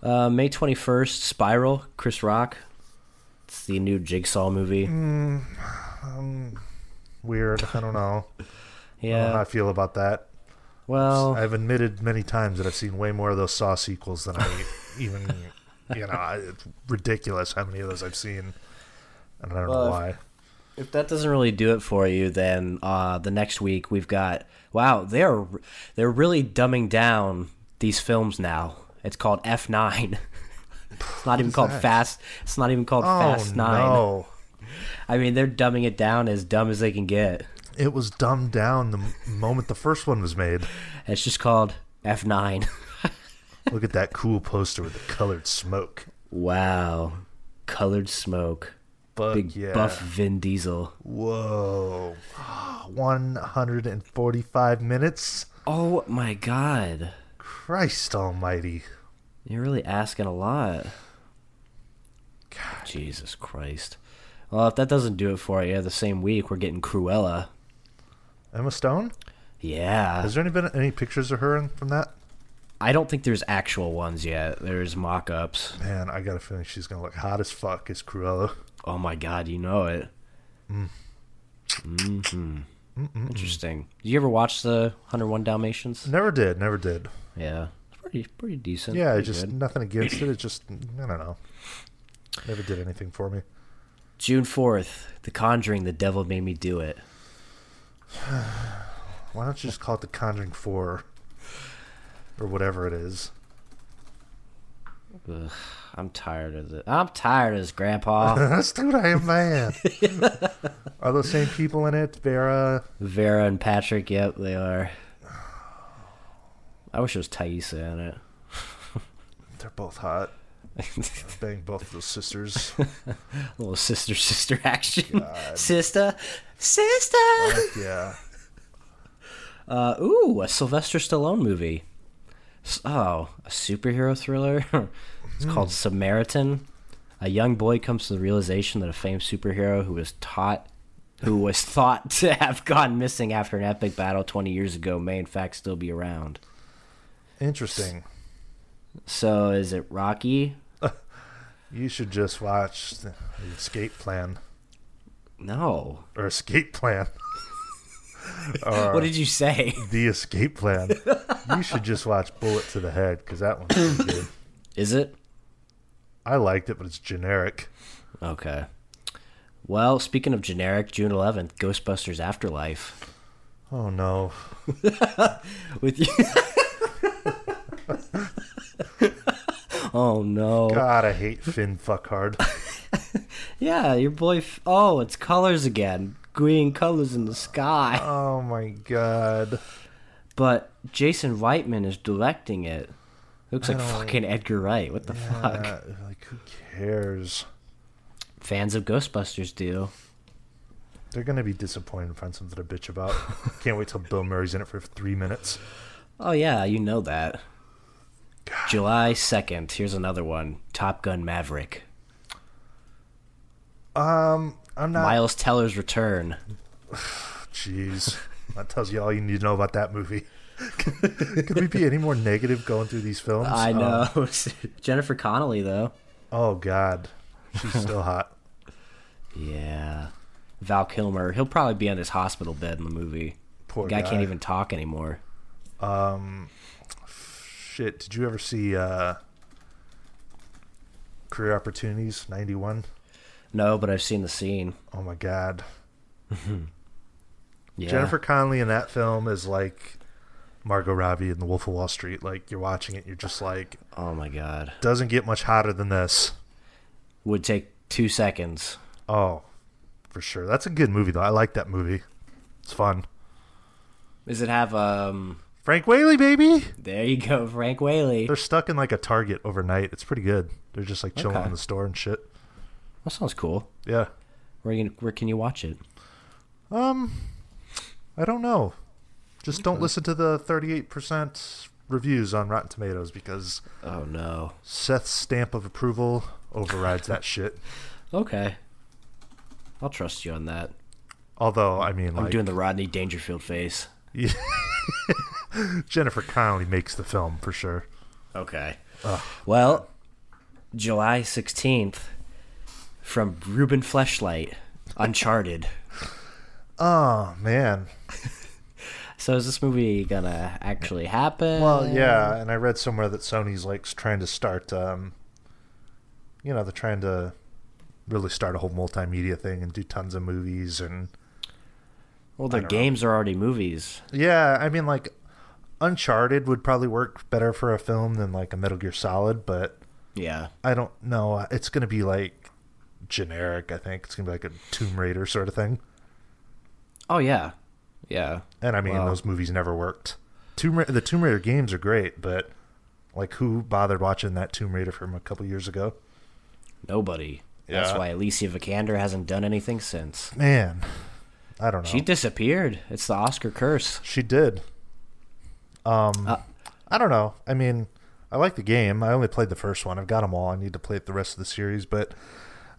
Uh, May 21st, Spiral, Chris Rock. It's the new Jigsaw movie.
Mm. Weird. I don't know. I don't know how I
Yeah.
feel about that.
Well,
I've admitted many times that I've seen way more of those Saw sequels than I even, you know, I, it's ridiculous how many of those I've seen. And I don't
Well,
know
if-
why.
If that doesn't really do it for you, then uh, the next week we've got wow they're they're really dumbing down these films now. It's called F nine. It's not even called
that?
Fast. It's not even called
Oh
Fast Nine.
no!
I mean, they're dumbing it down as dumb as they can get.
It was dumbed down the m- moment the first one was made.
It's just called F nine.
Look at that cool poster with the colored smoke.
Wow, colored smoke,
Fuck
big
yeah.
buff Vin Diesel.
Whoa. 145 minutes?
Oh my god,
Christ almighty.
you're really asking a lot.
God.
Jesus Christ. Well, if that doesn't do it for you, the same week we're getting Cruella.
Emma Stone?
Yeah.
Has there any been any pictures of her in, from that?
I don't think there's actual ones yet. There's mock ups.
Man, I got a feeling she's going to look hot as fuck as Cruella.
Oh my god, you know it.
Mm.
Mm-hmm. Interesting. Did you ever watch the 101 Dalmatians?
Never did, never did.
Yeah. It's pretty, pretty decent.
Yeah,
pretty
just
good.
nothing against it. It just, I don't know. Never did anything for me.
June 4th, The Conjuring, The Devil Made Me Do It.
Why don't you just call it The Conjuring 4 or whatever it is?
Ugh, I'm tired of it. I'm tired of this, Grandpa.
That's dude, I am man. Are those same people in it? Vera?
Vera and Patrick, yep, they are. I wish it was Thaisa in it.
They're both hot. Bang both those sisters.
little sister sister action. Sister. Sister.
yeah.
Uh, ooh, a Sylvester Stallone movie. S- Oh, a superhero thriller. it's called Samaritan. A young boy comes to the realization that a famed superhero who was taught who was thought to have gone missing after an epic battle 20 years ago may in fact still be around.
Interesting.
So is it Rocky?
You should just watch the Escape Plan
No.
or Escape Plan.
what did you say?
The Escape Plan. you should just watch Bullet to the Head because that one's pretty good.
Is it?
I liked it, but it's generic.
Okay. Well, speaking of generic, June 11th, Ghostbusters Afterlife.
Oh no.
With you. oh, no.
God, I hate Finn Fuckhard.
Yeah, your boy. F- oh, it's colors again. Green colors in the sky.
Oh my god.
But Jason Reitman is directing it. Looks like
don't-
fucking Edgar Wright. What the fuck?
Uh, like, who cares?
Fans of Ghostbusters do.
They're gonna be disappointed and find something to bitch about. Can't wait till Bill Murray's in it for three minutes.
Oh, yeah, you know that. July 2nd, here's another one Top Gun Maverick.
Um, I'm not.
Miles Teller's return.
Jeez, that tells you all you need to know about that movie. Could we be any more negative going through these films?
I
Um,
know. Jennifer Connelly though.
oh God, she's still hot.
Yeah. Val Kilmer. He'll probably be on his hospital bed in the movie.
Poor
guy,
guy.
can't even talk anymore.
Shit, did you ever see uh, Career Opportunities '91?
No, but I've seen the scene.
Oh my God,
Yeah.
Jennifer Connelly in that film is like Margot Robbie in The Wolf of Wall Street. Like you're watching it, you're just like,
Oh my god.
doesn't get much hotter than this.
Would take two seconds.
Oh, for sure. That's a good movie though. I like that movie. It's fun.
Does it have um?
Frank Whaley, baby.
There you go, Frank Whaley.
They're stuck in like a Target overnight. It's pretty good. They're just like chilling
Okay.
in the store and shit.
That sounds cool.
Yeah.
Where you, where can you watch it?
Um, I don't know. Just don't listen to the 38% reviews on Rotten Tomatoes because
Oh no.
Seth's stamp of approval overrides that shit.
Okay. I'll trust you on that.
Although, I mean,
I'm
like
doing the Rodney Dangerfield face.
Jennifer Connelly makes the film for sure.
Okay. Well, July 16th from Ruben Fleshlight, Uncharted.
Oh man.
So is this movie gonna actually happen?
Well, yeah, and I read somewhere that Sony's like trying to start um you know, they're trying to really start a whole multimedia thing and do tons of movies and
Well, their
I don't know.
games are already movies.
Yeah, I mean like Uncharted would probably work better for a film than like a Metal Gear Solid, but
Yeah.
I don't know. It's going to be like generic, I think. It's going to be like a Tomb Raider sort of thing.
Oh yeah. Yeah.
And I mean,
Wow.
those movies never worked. Tomb Ra- the Tomb Raider games are great, but like, who bothered watching that Tomb Raider from a couple years ago?
Nobody. That's
Yeah.
why Alicia Vikander hasn't done anything since.
Man, I don't know.
She disappeared. It's the Oscar curse.
She did. Um,
Uh,
I don't know. I mean, I like the game. I only played the first one. I've got them all. I need to play the rest of the series, but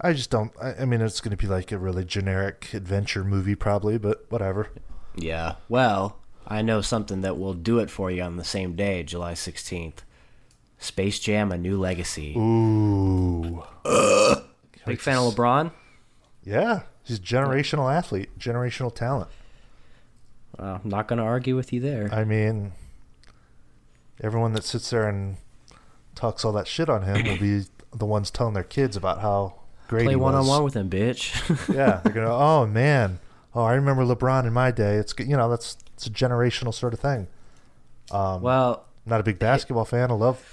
I just don't. I, I mean, it's going to be like a really generic adventure movie, probably. But whatever.
Yeah. Well, I know something that will do it for you on the same day, July 16th. Space Jam: A New Legacy.
Ooh.
Big fan of LeBron.
Yeah, he's a generational athlete, generational talent.
Well, I'm not going to argue with you there.
I mean, everyone that sits there and talks all that shit on him will be the ones telling their kids about how great
Play
he
one on
was.
one with him, bitch.
yeah, they're gonna. Oh man, oh I remember LeBron in my day. It's you know that's it's a generational sort of thing. Um,
well,
Not a big basketball fan. I love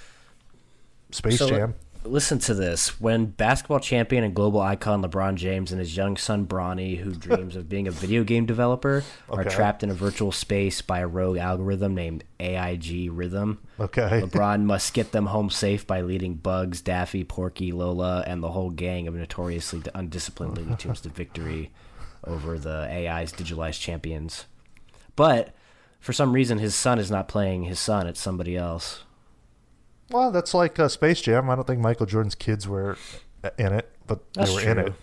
Space
So, uh,
Jam.
Listen to this. When basketball champion and global icon LeBron James and his young son Bronny, who dreams of being a video game developer, are
Okay.
trapped in a virtual space by a rogue algorithm named AIG Rhythm,
Okay,
LeBron must get them home safe by leading Bugs, Daffy, Porky, Lola, and the whole gang of notoriously undisciplined Looney Tunes to victory over the AI's digitalized champions. But for some reason, his son is not playing his son; it's somebody else.
well that's like uh, Space Jam. I don't think Michael Jordan's kids were uh, in it, but
That's
they were in
true.
it.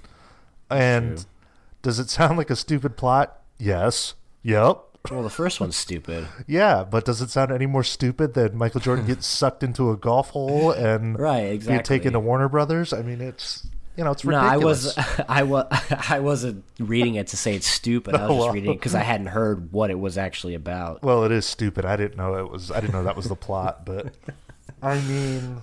And does it sound like a stupid plot? Yes. Yep.
Well, the first one's stupid,
Yeah, but does it sound any more stupid than Michael Jordan gets sucked into a golf hole and
right?
being
Exactly.
taken to Warner Brothers? I mean, it's you know it's
no,
ridiculous.
I was, I was, I wasn't reading it to say it's stupid. I was
well.
just reading it because I hadn't heard what it was actually about.
Well, it is stupid. I didn't know it was. I didn't know that was the plot. But I mean,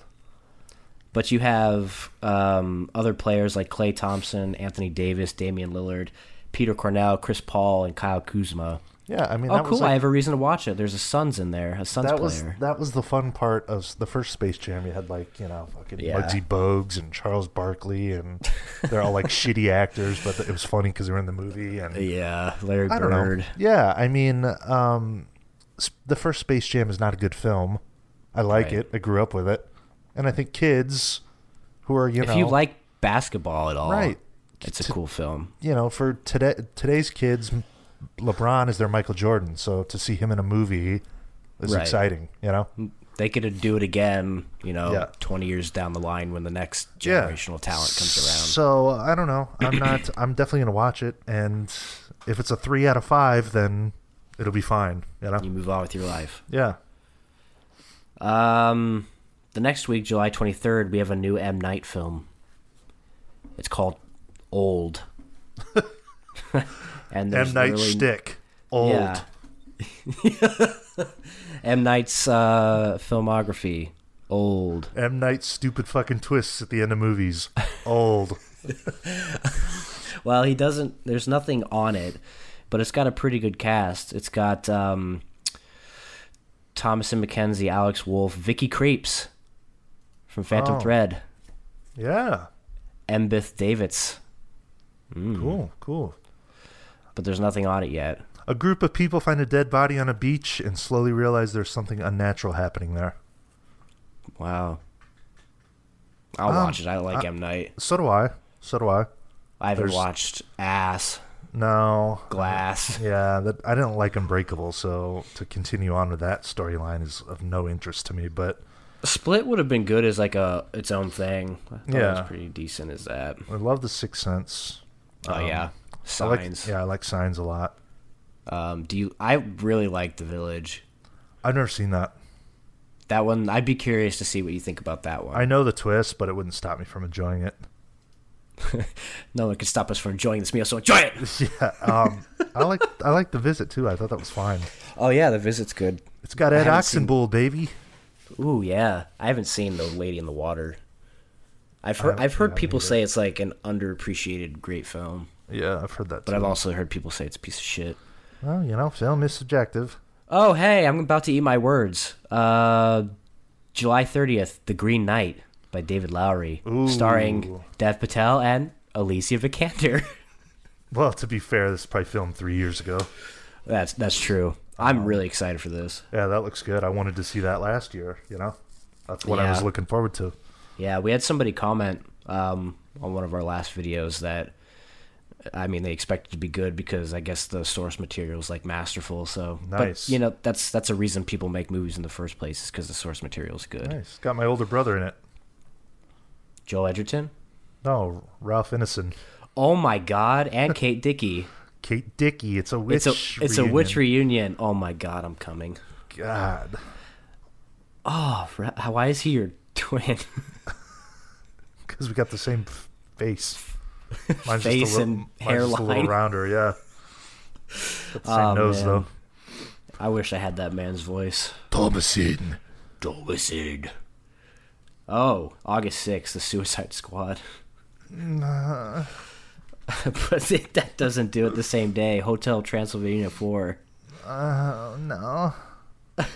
but you have um, other players like Clay Thompson, Anthony Davis, Damian Lillard, Peter Cornell, Chris Paul, and Kyle Kuzma.
yeah. I mean,
Oh,
that
cool!
was like,
I have a reason to watch it. There's a Suns in there, a Suns
that was
player.
that was the fun part of s- the first Space Jam. You had like you know fucking
Yeah.
Muggsy Bogues and Charles Barkley, and they're all like shitty actors, but it was funny because they were in the movie. And
yeah, Larry
I don't know.
Bird.
Yeah, I mean, um, s- the first Space Jam is not a good film. I like
Right.
it. I grew up with it, and I think kids who are you know
If you like basketball at all,
right
It's a cool film.
you know, for today today's kids, LeBron is their Michael Jordan. So to see him in a movie is
Right.
exciting. You know,
they could do it again, you know,
Yeah.
20 years down the line when the next
Yeah.
generational talent comes around.
So I don't know. I'm not. I'm definitely gonna watch it, and if it's a three out of five, then it'll be fine. You know.
You move on with your life.
Yeah.
Um, the next week, July 23rd, we have a new M. Night film. It's called Old. and there's
M Night
literally-
Stick. Old.
Yeah. M. Night's uh, filmography. Old.
M Night stupid fucking twists at the end of movies. Old.
Well, he doesn't. There's nothing on it, but it's got a pretty good cast. It's got um, Thomas and McKenzie, Alex Wolf, Vicky Creeps from Phantom
Oh.
Thread,
yeah.
Embeth Davids, Hmm.
Cool. Cool.
but there's nothing on it yet.
A group of people find a dead body on a beach and slowly realize there's something unnatural happening there.
Wow. I'll
Um,
watch it. I like
I-
M Night.
So do I. So do I.
I haven't
there's-
watched Ass
No.
Glass.
Yeah, that I didn't like Unbreakable, so to continue on with that storyline is of no interest to me. But
Split would have been good as like a its own thing. I thought it
Yeah.
was pretty decent as that.
I love the Sixth Sense.
Oh
Um,
yeah,
I like-
Signs.
yeah, I like Signs a lot.
Um, do you? I really like The Village.
I've never seen that.
That one, I'd be curious to see what you think about that one.
I know the twist, but it wouldn't stop me from enjoying it.
no one can stop us from enjoying this meal, so enjoy it.
Yeah, um, I like I like the visit too. I thought that was fine.
oh yeah, the visit's good.
It's got
I
Ed
haven't seen-
Oxenbull, baby.
Ooh yeah, I haven't seen the Lady in the Water. I've heard
haven't
I've
seen
heard
that
people
either.
say it's like an underappreciated great film,
Yeah, I've heard that.
but
too.
I've also heard people say it's a piece of shit.
well, you know, film is subjective.
Oh hey, I'm about to eat my words. Uh, July 30th, The Green Knight by David Lowery, starring
Ooh.
Dev Patel and Alicia Vikander.
Well, to be fair, this is probably filmed three years ago.
that's that's true. I'm really excited for this.
Yeah, that looks good. I wanted to see that last year. You know, that's what I was
Yeah.
looking forward to.
Yeah, we had somebody comment um, on one of our last videos that, I mean, they expected to be good because I guess the source material is like masterful. So,
Nice.
but you know, that's that's a reason people make movies in the first place is because the source material is good.
Nice. Got my older brother in it.
Joel Edgerton,
No, Ralph Ineson.
oh my God, and Kate Dickey.
Kate Dickey. It's a witch.
It's a it's a witch reunion. Oh my God, I'm coming.
God.
Oh, Ra- why is he your twin?
Because we got the same f- face. Mine's
Face
just a little,
and
mine's just a little
hairline.
rounder, yeah. Got the same
Oh,
nose,
man.
though.
I wish I had that man's voice.
Thomasin.
Doricid. Oh, August 6th, the Suicide Squad. but it, that doesn't do it the same day. Hotel Transylvania 4.
Oh, no.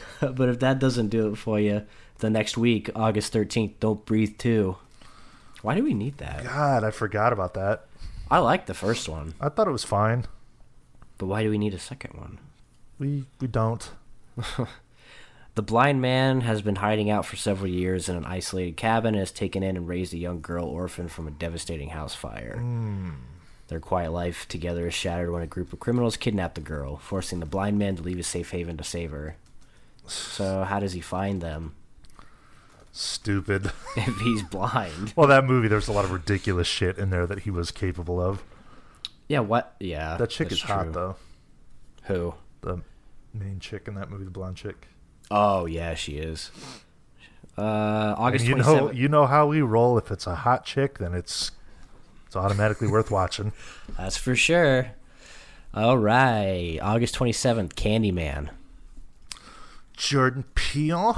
but if that doesn't do it for you, the next week, August 13th, Don't Breathe 2. Why do we need that?
God, I forgot about that.
I like the first one,
I thought it was fine.
but why do we need a second one?
We we don't.
The blind man has been hiding out for several years in an isolated cabin and has taken in and raised a young girl orphan from a devastating house fire.
Hmm.
Their quiet life together is shattered when a group of criminals kidnap the girl, forcing the blind man to leave his safe haven to save her. So, how does he find them
Stupid.
if he's blind?
Well, that movie, there's a lot of ridiculous shit in there that he was capable of.
Yeah, what? Yeah.
That chick
that's
is hot,
true.
though.
Who?
The main chick in that movie, the blonde chick.
Oh, yeah, she is. Uh,
And
August
you
27th.
know, you know how we roll. If it's a hot chick, then it's it's automatically worth watching.
That's for sure. All right. August 27th, Candyman.
Jordan Peele,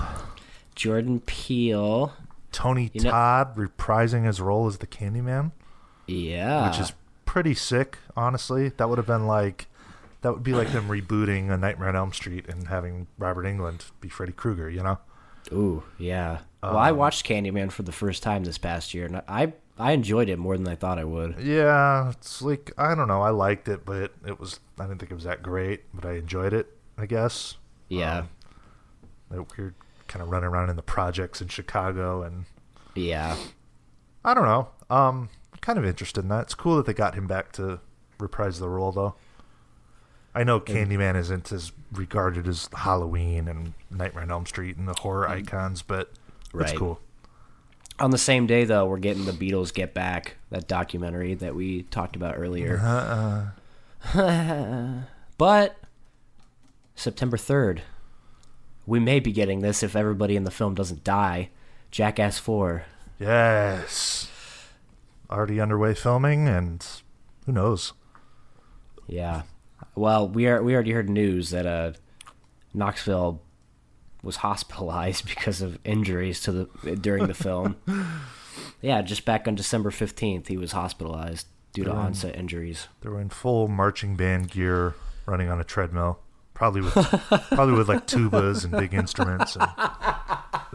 Jordan Peele.
Tony
You know-
Todd reprising his role as the Candyman,
Yeah.
which is pretty sick. Honestly, that would have been like that would be like them rebooting A Nightmare on Elm Street and having Robert England be Freddy Krueger. You know,
ooh, yeah. Well, I watched Candyman for the first time this past year, and I I enjoyed it more than I thought I would.
yeah, it's like I don't know. I liked it, but it was I didn't think it was that great, but I enjoyed it. I guess
Yeah,
that weird kind of running around in the projects in Chicago and
yeah,
I don't know. Um, kind of interested in that. It's cool that they got him back to reprise the role, though. I I know Candyman isn't as regarded as Halloween and Nightmare on Elm Street and the horror icons, but it's
Right.
cool.
On the same day, though, we're getting the Beatles Get Back, that documentary that we talked about earlier.
Uh,
Uh-uh. But September 3rd, we may be getting this if everybody in the film doesn't die. Jackass 4.
yes. Already underway filming, and who knows?
Yeah. Well, we are we already heard news that uh Knoxville was hospitalized because of injuries to the during the film. yeah, just back on December 15th, he was hospitalized due to onset injuries.
They were in full marching band gear, running on a treadmill, probably with probably with like tubas and big instruments. And...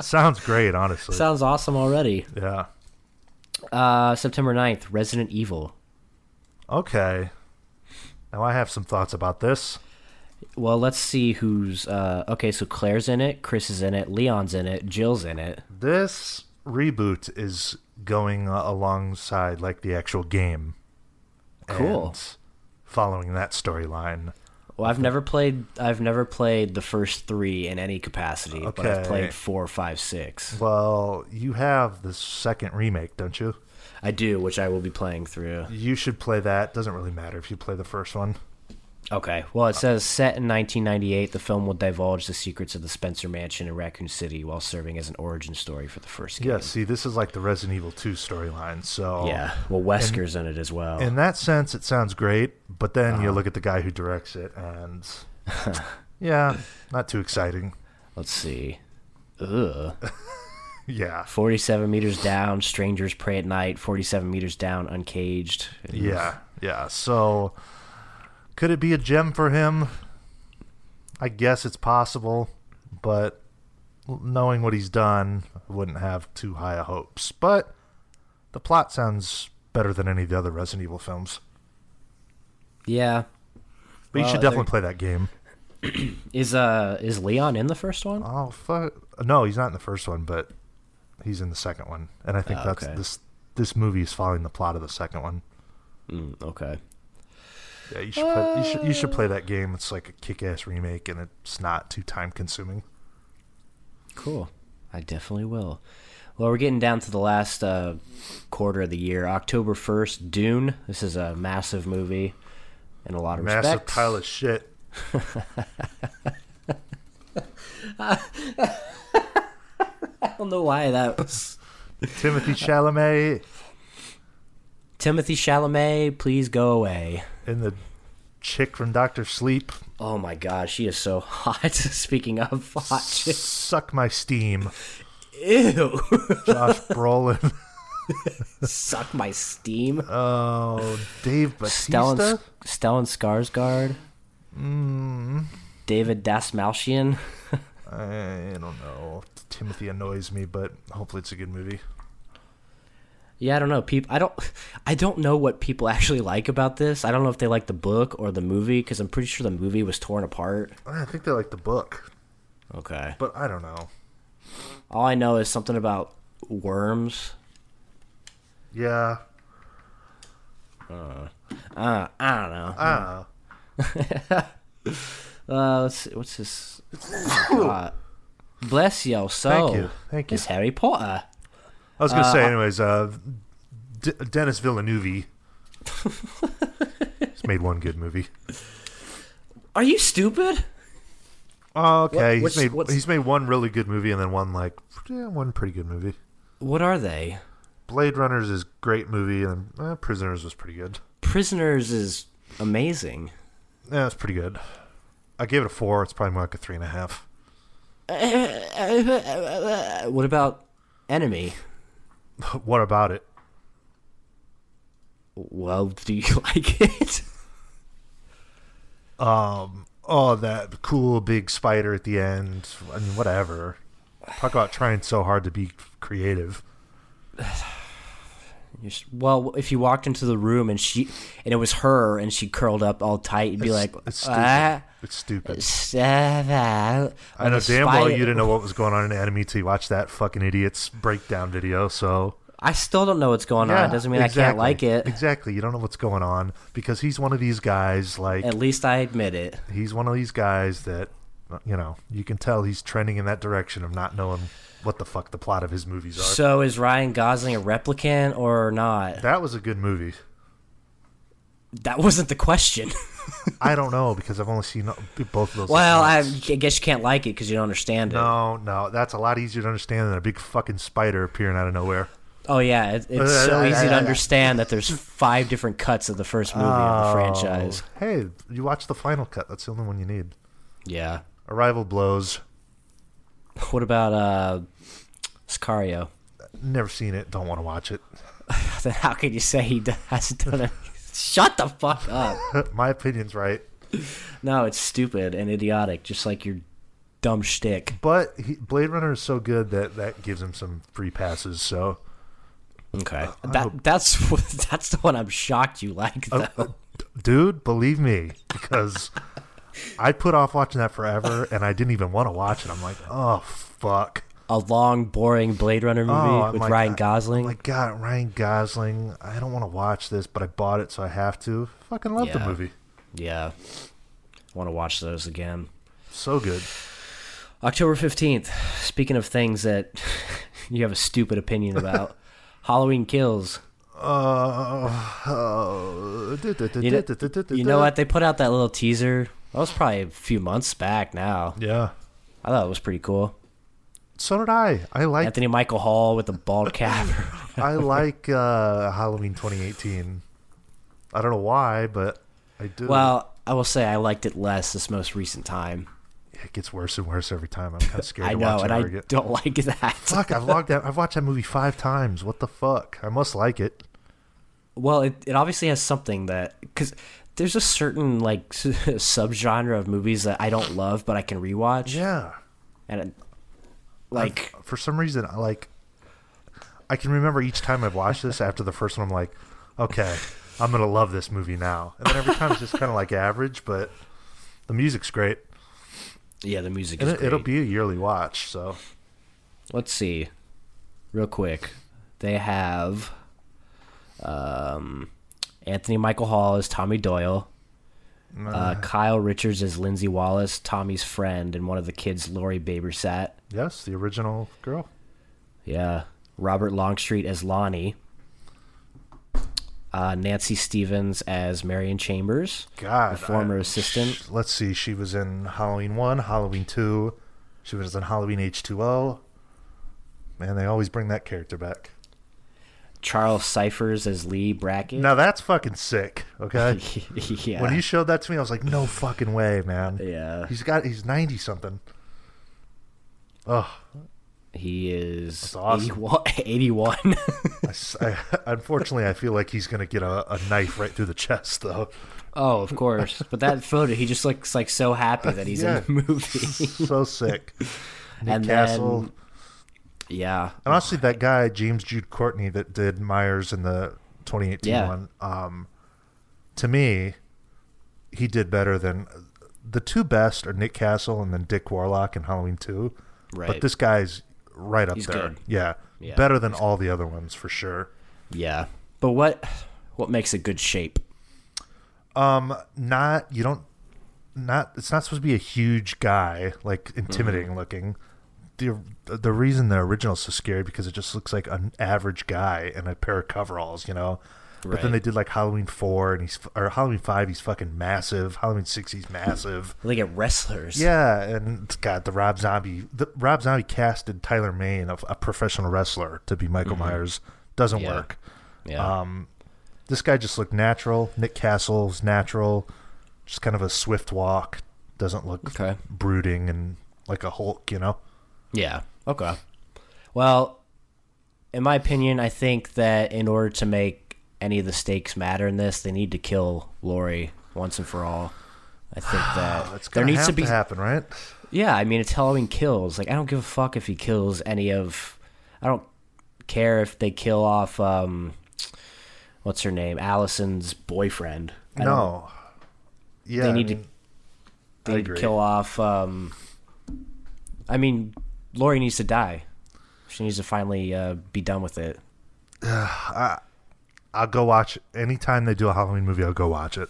Sounds great, honestly.
Sounds awesome already.
yeah.
Uh September 9th, Resident Evil.
Okay. Now I have some thoughts about this.
Well, let's see who's uh okay, so Claire's in it, Chris is in it, Leon's in it, Jill's in it.
This reboot is going uh, alongside like the actual game.
Cool.
and following that storyline.
Well, I've never played I've never played the first 3 in any capacity, but I've
Okay.
played four, five, six.
Well, you have the second remake, don't you?
I do, which I will be playing through.
You should play that. Doesn't really matter if you play the first one.
Okay. Well, it says set in 1998, the film will divulge the secrets of the Spencer Mansion in Raccoon City while serving as an origin story for the first game.
Yeah, see, this is like the Resident Evil 2 storyline. So,
Yeah. Well, Wesker's in it as well.
in that sense, it sounds great, but then
Uh-huh.
you look at the guy who directs it and. yeah, not too exciting.
Let's see. Ugh.
Yeah.
47 meters down, strangers pray at night. 47 meters down, uncaged.
Yeah. Yeah. So, could it be a gem for him? I guess it's possible, but knowing what he's done, I wouldn't have too high of hopes. But the plot sounds better than any of the other Resident Evil films.
Yeah.
But you
Well,
should
they're-
definitely play that game.
Is uh is Leon in the first one?
Oh fuck! No, he's not in the first one, but he's in the second one, and I think
Oh,
that's
okay.
this. This movie is following the plot of the second one.
Mm, okay.
Yeah, you should, play, you should you should play that game. It's like a kick-ass remake, and it's not too time-consuming.
Cool. I definitely will. Well, we're getting down to the last uh, quarter of the year. October 1st, Dune. This is a massive movie in a lot of
Massive
respects.
pile of shit.
I don't know why that was.
Timothy Chalamet
Timothy Chalamet, please go away.
and the chick from Doctor Sleep.
Oh my god, she is so hot. Speaking of hot Ah, shit.
Suck my steam,
Ew.
Josh Brolin.
Suck my steam.
Oh, Dave Batista.
Stellan, Stellan Skarsgård.
Mm,
David Dasmalchian.
I don't know. Timothy annoys me, but hopefully it's a good movie.
Yeah, I don't know. People, I don't, I don't know what people actually like about this. I don't know if they like the book or the movie because I'm pretty sure the movie was torn apart.
I think they like the book,
Okay.
but I don't know.
All I know is something about worms.
Yeah,
Uh, I don't know.
I don't know.
Uh, let's see, what's this? Uh, bless yo soul.
you, thank you.
It's Harry Potter.
I was gonna say, anyways. Uh, D- Dennis Villeneuve. He's made one good movie.
Are you stupid?
Oh, okay,
what's-
he's made
what's-
he's made one really good movie and then one like eh, one pretty good movie.
What are they?
Blade Runners is a great movie, and eh, Prisoners was pretty good.
Prisoners is amazing.
Yeah, it's pretty good. I gave it a four. It's probably more like a three and a half.
Uh, What about Enemy?
what about it?
Well, do you like it?
Oh, that cool big spider at the end. I mean, whatever. Talk about trying so hard to be creative.
You're s- well, if you walked into the room and she and it was her and she curled up all tight, you'd be
It's-
like,
it's stupid.
ah,
it's stupid.
seven.
E I know damn well you didn't know what was going on in anime till you watched that fucking idiot's breakdown video. So
I still don't know what's going on. It doesn't mean I can't
exactly.
like it.
Exactly. You don't know what's going on because he's one of these guys, like,
At least I admit it.
he's one of these guys that, you know, you can tell he's trending in that direction of not knowing what the fuck the plot of his movies are.
So is Ryan Gosling a replicant or not?
that was a good movie.
That wasn't the question.
I don't know because I've only seen both of those.
well, I, I
accounts.
guess you can't like it because you don't understand it.
No, no, that's a lot easier to understand than a big fucking spider appearing out of nowhere.
Oh yeah, it, it's
Uh,
so
I-
easy
I-
to
I-
understand that there's five different cuts of the first movie of the franchise.
Oh, Hey, you watch the final cut. That's the only one you need.
Yeah.
Arrival blows.
What about uh, Sicario?
Never seen it. Don't want to watch it.
Then how can you say he d- hasn't done it? Shut the fuck up.
My opinion's right,
No, it's stupid and idiotic, just like your dumb shtick.
but he, Blade Runner is so good that that gives him some free passes. So
Okay,
hope- Oh,
that that's what- that's the one I'm shocked you like though.
dude believe me because i put off watching that forever and i didn't even want to watch it i'm like oh fuck
A long, boring Blade Runner movie
oh, I'm
with
like,
Ryan
I-
Gosling.
I'm like god ryan gosling i don't want to watch this but i bought it so i have to fucking love the
Yeah.
movie
yeah, I want to watch those again.
so good
October 15th. Speaking of things that you have a stupid opinion about, Halloween Kills.
uh,
You know, you know what? They put out that little teaser. That was probably a few months back now.
yeah
I thought it was pretty cool.
so did i i like
Anthony Michael Hall with the bald cap.
i like uh halloween 2018 i don't know why but i do
well, I will say I liked it less this most recent time.
it gets worse and worse every time i'm kind of scared
I
to
know,
watch it
and I
ever again.
don't like that.
fuck, I've logged out. I've watched that movie five times. What the fuck? I must like it.
well, it, it obviously has something that because there's a certain like subgenre of movies that I don't love, but I can rewatch.
Yeah.
and it, like
For some reason, I like. I can remember each time I've watched this. After the first one, I'm like, okay, I'm gonna love this movie now. And then every time it's just kind of like average, but the music's great,
yeah, the music
and
is
it, it'll
great.
be a yearly watch. So
Let's see, real quick. They have um, Anthony Michael Hall as Tommy Doyle. Uh, Kyle Richards as Lindsay Wallace, Tommy's friend, and one of the kids, Lori Babersat.
yes, the original girl.
Yeah. Robert Longstreet as Lonnie. Uh, Nancy Stevens as Marion Chambers.
God,
The former
I-
assistant.
sh- let's see, she was in Halloween one, Halloween two. She was in Halloween H two O. Man, they always bring that character back.
Charles Cyphers as Lee Brackett.
Now that's fucking sick. Okay.
yeah.
When you showed that to me, I was like, no fucking way, man.
yeah.
He's got he's ninety something. Ugh.
He is
That's awesome.
81. 81.
I s I unfortunately, I feel like he's gonna get a, a knife right through the chest, though.
oh, of course. But that photo, he just looks like so happy that he's
Yeah.
in the movie.
so sick. Nick
And
Castle.
then- yeah.
and honestly, that guy James Jude Courtney that did Myers in the 2018
Yeah.
one, um, to me, he did better than the two best are Nick Castle and then Dick Warlock in Halloween Two.
Right.
But this guy's right up
He's
there.
good.
Yeah.
Yeah,
Better than all the other ones for sure.
Yeah. But what what makes a good shape?
Um not you don't not it's not supposed to be a huge guy, like intimidating looking. The the reason the original's so scary because it just looks like an average guy in a pair of coveralls, you know. But then
Right.
they did like Halloween 4 and he's or Halloween 5 he's fucking massive, Halloween 6 he's massive.
They get wrestlers.
Yeah, and God, the Rob Zombie, the Rob Zombie casted Tyler Maine, a, a professional wrestler, to be Michael Myers. Doesn't
Yeah.
work.
Yeah.
Um, this guy just looked natural. Nick Castle's natural, just kind of a swift walk. Doesn't look
Okay.
brooding and like a Hulk, you know.
Yeah. Okay. Well, in my opinion, I think that in order to make any of the stakes matter in this, they need to kill Lori once and for all. I think that
That's
there
gonna
needs
have
to be.
happen, right?
Yeah, I mean, it's Halloween kills. Like, I don't give a fuck if he kills any of. I don't care if they kill off. um What's her name? Allison's boyfriend. I don't-
No. Yeah,
They
I
need to-
mean, I
They need to
agree.
kill off. um I mean, Lori needs to die. She needs to finally uh, be done with it.
I, I'll go watch anytime they do a Halloween movie. I'll go watch it.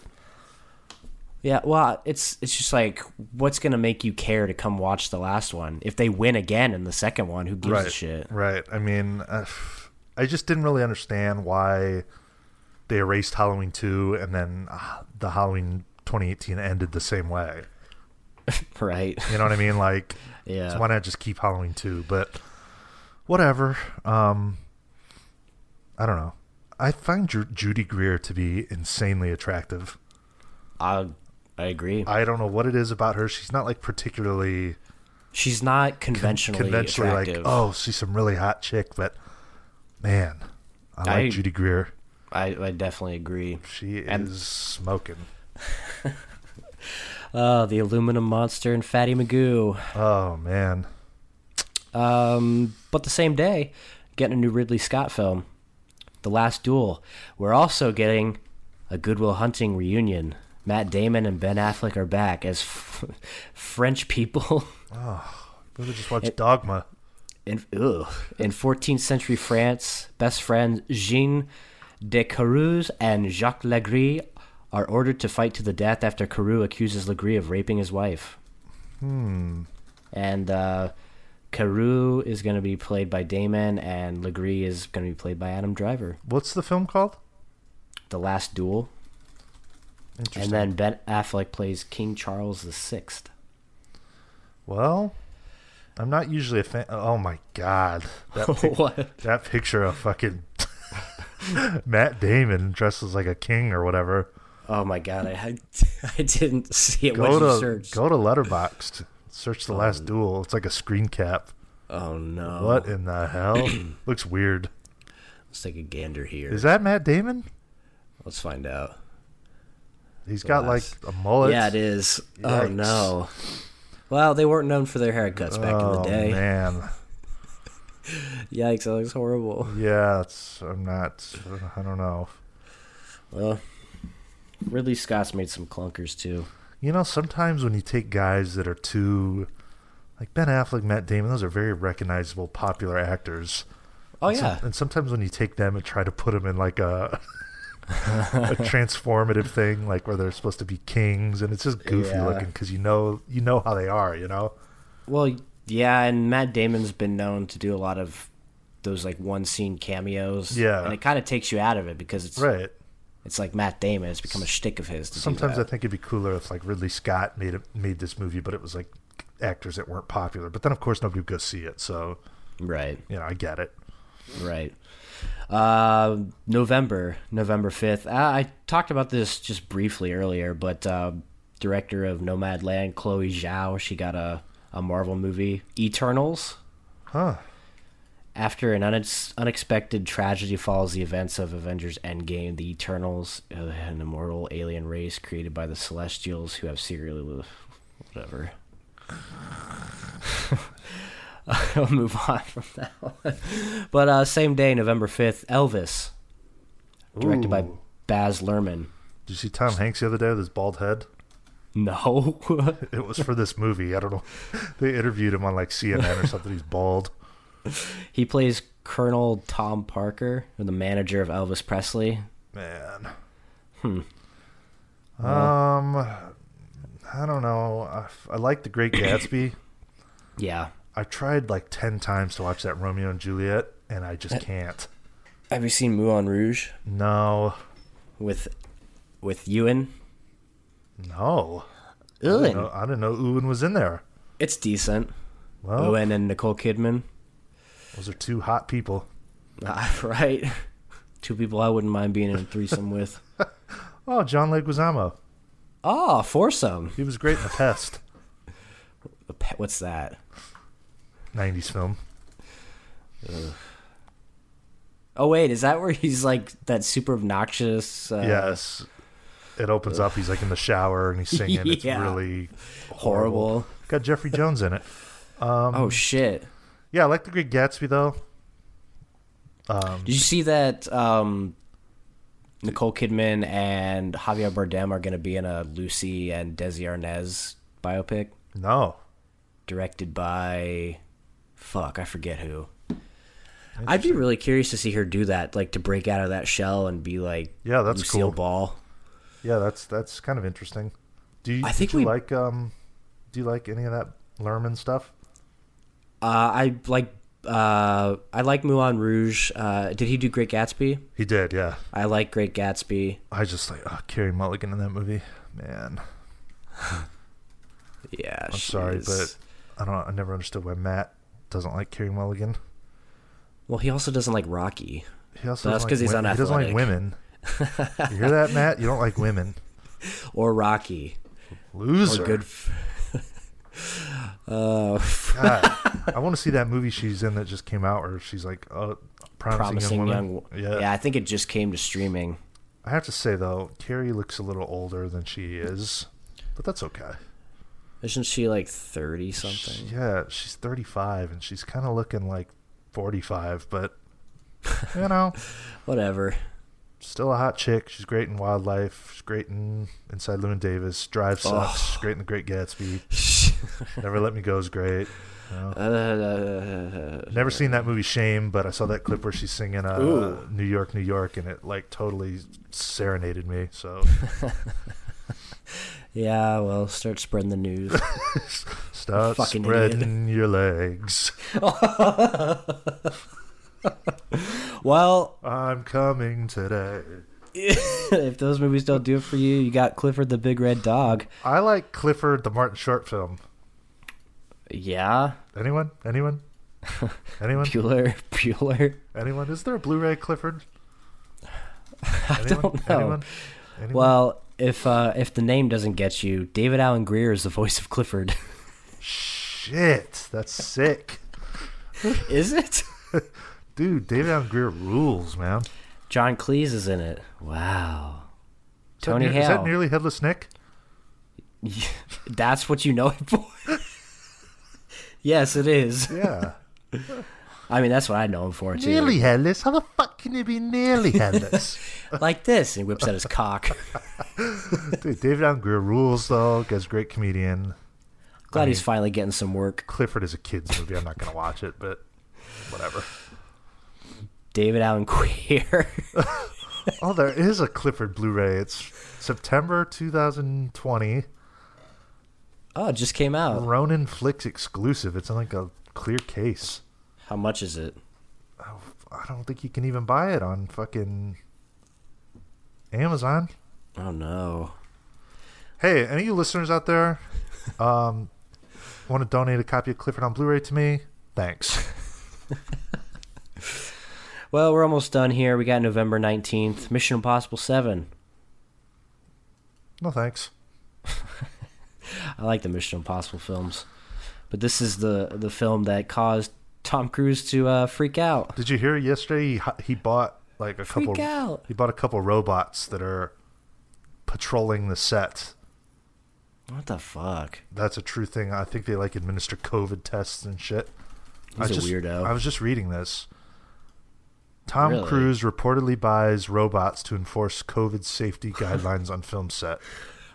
Yeah, well, it's it's just like what's gonna make you care to come watch the last one? If they win again in the second one, who gives
right.
a shit?
Right. I mean, uh, I just didn't really understand why they erased Halloween 2 and then uh, the Halloween 2018 ended the same way.
Right?
You know what I mean? Like,
Yeah.
so why not just keep Halloween 2? But whatever. Um, I don't know. I find Ju- Judy Greer to be insanely attractive.
I I agree.
I don't know what it is about her. She's not like particularly
She's not conventionally,
conventionally
attractive.
like, oh, she's some really hot chick, but man, I like
I-
Judy Greer.
I, I definitely agree.
She
And-
is smoking.
Uh, the aluminum monster and Fatty Magoo.
Oh man,
Um, but the same day, getting a new Ridley Scott film, The Last Duel. We're also getting a Goodwill Hunting reunion. Matt Damon and Ben Affleck are back as f- French people
we just watch Dogma.
in ugh, in 14th century France. Best friends Jean de Carouze and Jacques Legris are ordered to fight to the death after Carew accuses Legris of raping his wife. Hmm. And uh, Carew is going to be played by Damon, and Legris is going to be played by Adam Driver.
What's the film called?
The last duel, and
Interesting.
then Ben Affleck plays King Charles the Sixth.
well, I'm not usually a fan. Oh my god, that pic-
what?
that picture of fucking Matt Damon dresses like a king or whatever.
Oh my god, I I didn't see it.
Go
when you
to
searched.
go to Letterboxd. Search the last duel. It's like a screen cap.
oh no!
What in the hell? Looks weird.
Let's take a gander here.
Is that Matt Damon?
Let's find out.
He's got like
last-
a mullet.
yeah, it is. Oh
Yikes.
no. Well, they weren't known for their haircuts back in
Oh
the day.
man.
Yikes, that looks horrible.
Yeah, it's, I'm not. I don't know.
Well, Ridley Scott's made some clunkers too.
You know, sometimes when you take guys that are too, like Ben Affleck, Matt Damon, those are very recognizable, popular actors.
Oh
And some-
yeah,
and sometimes when you take them and try to put them in like a a transformative thing, like where they're supposed to be kings, and it's just goofy
Yeah.
looking because you know you know how they are. You know,
Well, yeah, and Matt Damon's been known to do a lot of those like one scene cameos.
Yeah.
and it kind of takes you out of it because it's
right?
it's like Matt Damon. It's become a shtick of his. To
Sometimes
do
I
that.
think it'd be cooler if like Ridley Scott made it, made this movie, but it was like actors that weren't popular. But then of course nobody would go see it, so
right,
you know I get it.
right. Uh, November, November fifth. Uh, I, I talked about this just briefly earlier, but uh, director of Nomadland, Chloe Zhao, she got a a Marvel movie, Eternals.
Huh.
After an unex unexpected tragedy follows the events of Avengers Endgame, the Eternals, uh, an immortal alien race created by the Celestials who have serially. whatever. I'll move on from that one. But uh, same day, November 5th, Elvis, directed by
Ooh.
Baz Luhrmann.
Did you see Tom Hanks the other day with his bald head?
No.
It was for this movie. I don't know. They interviewed him on like CNN or something. He's bald.
he plays Colonel Tom Parker, the manager of Elvis Presley.
Man. Hmm. Um, I don't know. I, I like The Great Gatsby.
Yeah.
I've tried like 10 times to watch that Romeo and Juliet, and I just can't.
Have you seen Moulin Rouge?
No.
with with Ewan.
No. I didn't know,
Ewan.
I didn't know Ewan was in there.
It's decent.
Well,
Ewan and Nicole Kidman.
those are two hot people.
Ah, right. Two people I wouldn't mind being in a threesome with.
Oh, John Leguizamo.
Oh, foursome.
He was great in The Pest.
A pe- What's that?
90s film.
Oh wait, is that where he's like that super obnoxious? Uh,
Yes. It opens up. He's like in the shower and he's singing. It's
Yeah.
really horrible. Um,
Horrible.
Got Jeffrey Jones in it.
oh shit.
Yeah, I like The Great Gatsby though. Um,
Did you see that? Um, Nicole Kidman and Javier Bardem are going to be in a Lucy and Desi Arnaz biopic
no,
directed by, fuck, I forget who. I'd be really curious to see her do that, like to break out of that shell and be like,
Yeah, that's
Lucille
cool.
Ball.
Yeah, that's that's kind of interesting. Do you,
I
did
think
you
we-
like um do you like any of that Lerman stuff?
Uh, I like. Uh, I like Moulin Rouge. Uh, did he do Great Gatsby?
He did, yeah.
I like Great Gatsby.
I just like oh, Carrie Mulligan in that movie. Man,
Yeah,
I'm sorry, but I don't I never understood why Matt doesn't like Carrie Mulligan.
well, he also doesn't like Rocky.
He also
That's
doesn't
'cause
like
he's
wo- He doesn't like
unathletic.
women. you hear that, Matt? You don't like women.
or Rocky
Loser.
or good. F- uh,
God, I want to see that movie she's in that just came out, where she's like, uh, promising,
promising
young
young.
woman.
Wo-
yeah.
yeah, I think it just came to streaming.
I have to say though, Carrie looks a little older than she is, but that's okay.
Isn't she like thirty
She-
something?
yeah, she's 35 and she's kind of looking like 45, but you know,
Whatever.
still a hot chick. She's great in Wildlife. She's great in Inside Llewyn Davis. Drive
Oh.
sucks. She's great in The Great Gatsby. Never Let Me Go is great. you know.
Uh,
Never seen that movie Shame, but I saw that clip where she's singing uh,
Ooh.
New York, New York, and it like totally serenaded me. So
yeah, well, start spreading the news.
start
Fucking
spreading your legs.
well,
I'm coming today.
if those movies don't do it for you, you got Clifford the Big Red Dog.
I like Clifford the Martin Short film.
Yeah,
Anyone? Anyone? Anyone?
Bueller, Bueller.
Anyone? Is there a Blu-ray Clifford?
I
Anyone?
don't know.
Anyone? Anyone?
Well, if uh, if the name doesn't get you, David Allen Greer is the voice of Clifford.
shit, that's sick,
is it?
dude. David Allen Greer rules, man. Is
John Cleese is in it. Wow.
that
Tony
near- Is that
Hale.
nearly headless Nick?
That's what you know him for. yes, it is.
Yeah,
I mean, that's what I know him for too.
nearly headless. How the fuck can you be nearly headless,
Like this, and he whips out his cock.
dude? David Allen Greer rules, though. Guy's a great comedian.
Glad
I
he's
mean,
finally getting some work.
Clifford is a kids movie. I'm not gonna watch it, but whatever.
David Allen Queer.
Oh, there is a Clifford Blu-ray. It's September 2020.
oh, it just came out.
Ronin Flicks exclusive. It's in like a clear case.
How much is it?
I don't think you can even buy it on fucking Amazon.
Oh no.
Hey, any of you listeners out there, um, want to donate a copy of Clifford on Blu-ray to me? Thanks.
Well, we're almost done here. We got November 19th, Mission Impossible 7.
No thanks.
I like the Mission Impossible films. But this is the the film that caused Tom Cruise to uh, freak out.
Did you hear yesterday? He, hi- he bought like a
Freak
couple.
out.
He bought a couple robots that are patrolling the set.
What the fuck?
That's a true thing. I think they like administer COVID tests and shit.
He's
I
a
just-
weirdo.
I was just reading this. Tom
Really?
Cruise reportedly buys robots to enforce COVID safety guidelines on film set.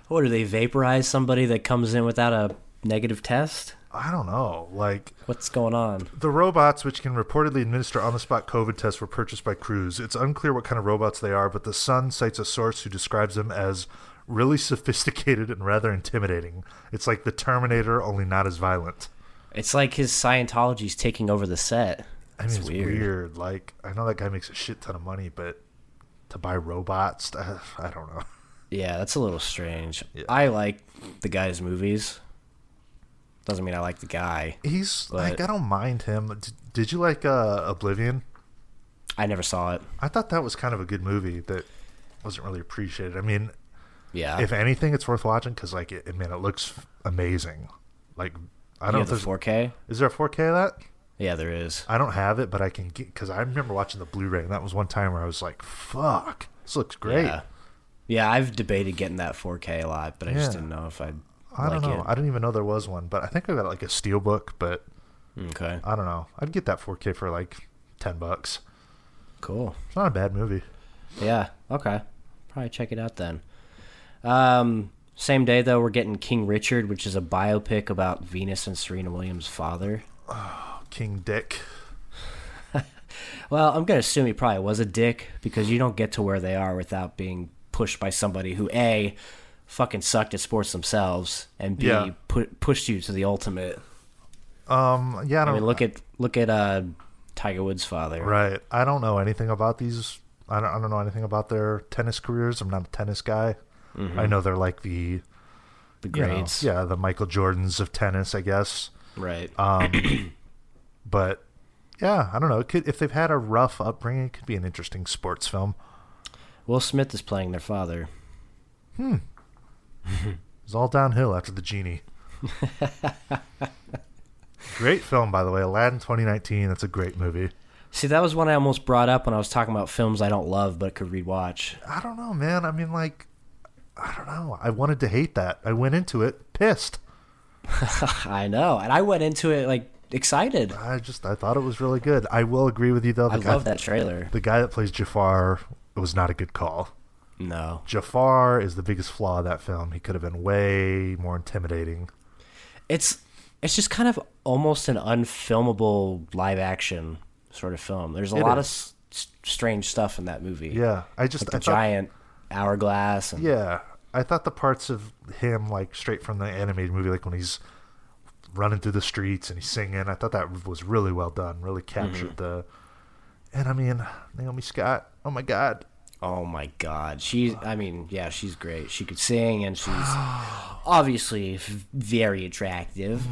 What do they vaporize somebody that comes in without a negative test?
I don't know. Like
What's going on?
the robots, which can reportedly administer on-the-spot COVID tests, were purchased by Cruise. It's unclear what kind of robots they are, but the Sun cites a source who describes them as really sophisticated and rather intimidating. It's like the Terminator, only not as violent.
It's like his Scientology's taking over the set.
I mean,
It's
it's weird.
weird.
Like, I know that guy makes a shit ton of money, but to buy robots, uh, I don't know.
Yeah, that's a little strange.
Yeah.
I like the guy's movies. Doesn't mean I like the guy.
He's like,
But-
I don't mind him. D- did you like uh, Oblivion?
I never saw it.
I thought that was kind of a good movie that wasn't really appreciated. I mean,
Yeah.
if anything, it's worth watching because, like, it, I mean, it looks amazing. Like, I don't know
you have
if
the
there's
4K?
is there a 4K of that?
Yeah, there is.
I don't have it, but I can get because I remember watching the Blu-ray, and that was one time where I was like, "Fuck, this looks great."
Yeah. Yeah, I've debated getting that 4K a lot, but I just
Yeah.
didn't know if I'd
I
like
don't know.
it.
I didn't even know there was one, but I think I got like a steelbook, but
Okay,
I don't know. I'd get that 4K for like 10 bucks.
cool.
It's not a bad movie.
Yeah, okay. Probably check it out then. Um, same day, though, we're getting King Richard, which is a biopic about Venus and Serena Williams' father.
King Dick.
Well, I'm gonna assume he probably was a dick because you don't get to where they are without being pushed by somebody who a fucking sucked at sports themselves and b
Yeah.
pu- pushed you to the ultimate.
Um, yeah, I
I
don't
mean, look at look at uh, Tiger Woods' father.
right. I don't know anything about these. I don't, I don't know anything about their tennis careers. I'm not a tennis guy.
Mm-hmm.
I know they're like the
The
you know,
grades.
yeah, Uh, the Michael Jordans of tennis, I guess.
Right.
But yeah, I don't know. It could, if they've had a rough upbringing, it could be an interesting sports film.
Will Smith is playing their father.
It's all downhill after the genie. great film, by the way, Aladdin 2019. That's a great movie.
See, that was one I almost brought up when I was talking about films I don't love but could rewatch.
I don't know, man. I mean, like, I don't know. I wanted to hate that. I went into it pissed.
I know, and I went into it like excited.
I just I thought it was really good. I will agree with you though. The
I
guy,
love that trailer.
The guy that plays Jafar was not a good call.
No,
Jafar is the biggest flaw of that film. He could have been way more intimidating.
it's it's just kind of almost an unfilmable live action sort of film. There's a
It
lot of
is.
s- s- strange stuff in that movie.
Yeah, I just
like the
I thought,
giant hourglass. And,
yeah, I thought the parts of him like straight from the animated movie, like when he's running through the streets and he's singing, I thought that was really well done. Really captured
Mm-hmm.
the. And I mean, Naomi Scott. Oh my God.
Oh my god, she's. I mean, yeah, she's great. She could sing, and she's obviously v- very attractive.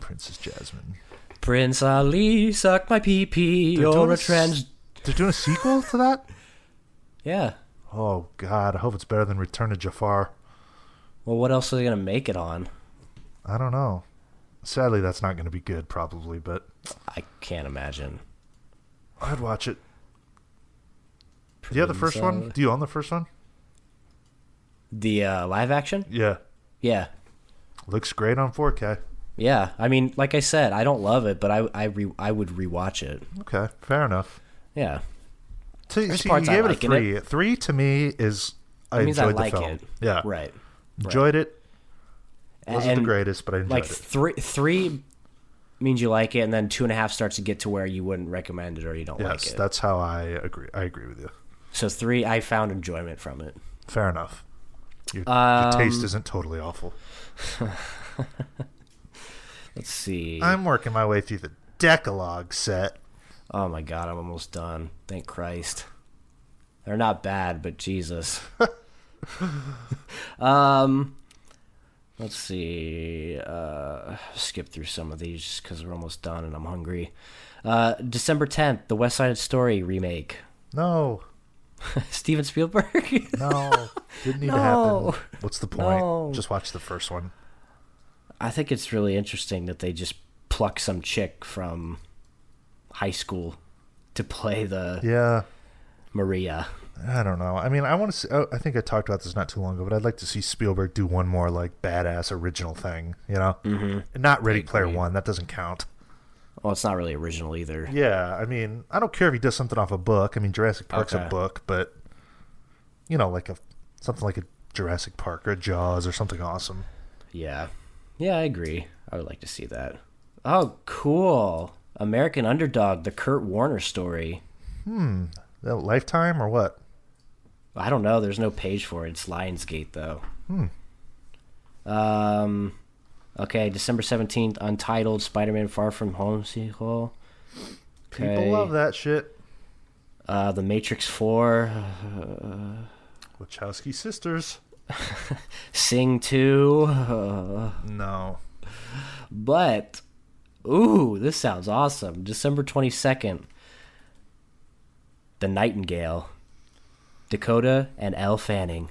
Princess Jasmine.
Prince Ali, suck my pee pee. You're a
s-
trans.
They're doing a sequel to that.
Yeah.
Oh God, I hope it's better than Return to Jafar.
Well, what else are they gonna make it on?
I don't know. Sadly, that's not going to be good, probably, but
I can't imagine.
I'd watch it. Do you
Mm,
have the first one? Do you own the first one?
The uh, live action?
Yeah.
Yeah.
Looks great on 4K.
Yeah. I mean, like I said, I don't love it, but I I re- I would rewatch it.
Okay, fair enough.
Yeah.
To,
There's
see, you
parts I
gave it a
like in
three. Three to me is I
It means I
enjoyed
like
the film.
it.
Yeah,
Right.
enjoyed it. Wasn't
and
the greatest, but I enjoyed
like
it.
three three means you like it, and then two and a half starts to get to where you wouldn't recommend it or you don't
Yes,
like it.
that's how I agree. I agree with you.
So three, I found enjoyment from it.
Fair enough. Your,
Um,
your taste isn't totally awful.
Let's see.
I'm working my way through the Decalogue set.
oh my god, I'm almost done. Thank Christ. They're not bad, but Jesus. um, let's see. Uh, skip through some of these just because we're almost done and I'm hungry. Uh, December 10th, the West Side Story remake.
No,
Steven Spielberg.
no, didn't need
No.
to happen. What's the point?
No.
Just watch the first one.
I think it's really interesting that they just pluck some chick from high school to play the
Yeah,
Maria.
I don't know. I mean, I want to. See, oh, I I think I talked about this not too long ago, but I'd like to see Spielberg do one more like badass original thing. You know, mm-hmm. not Ready Player One. That doesn't count.
Well, it's not really original either.
Yeah, I mean, I don't care if he does something off a book. I mean, Jurassic Park's
Okay.
a book, but you know, like a something like a Jurassic Park or a Jaws or something awesome.
Yeah. Yeah, I agree. I would like to see that. Oh, cool. American Underdog, the Kurt Warner story.
Uh, Lifetime or what?
I don't know. There's no page for it. It's Lionsgate, though. Hmm. Um, okay, December 17th, Untitled Spider Man Far From Home sequel. Okay.
People love that shit.
Uh, the Matrix 4,
Wachowski sisters.
Sing 2.
No.
But, ooh, this sounds awesome. December 22nd, The Nightingale, Dakota and Elle Fanning.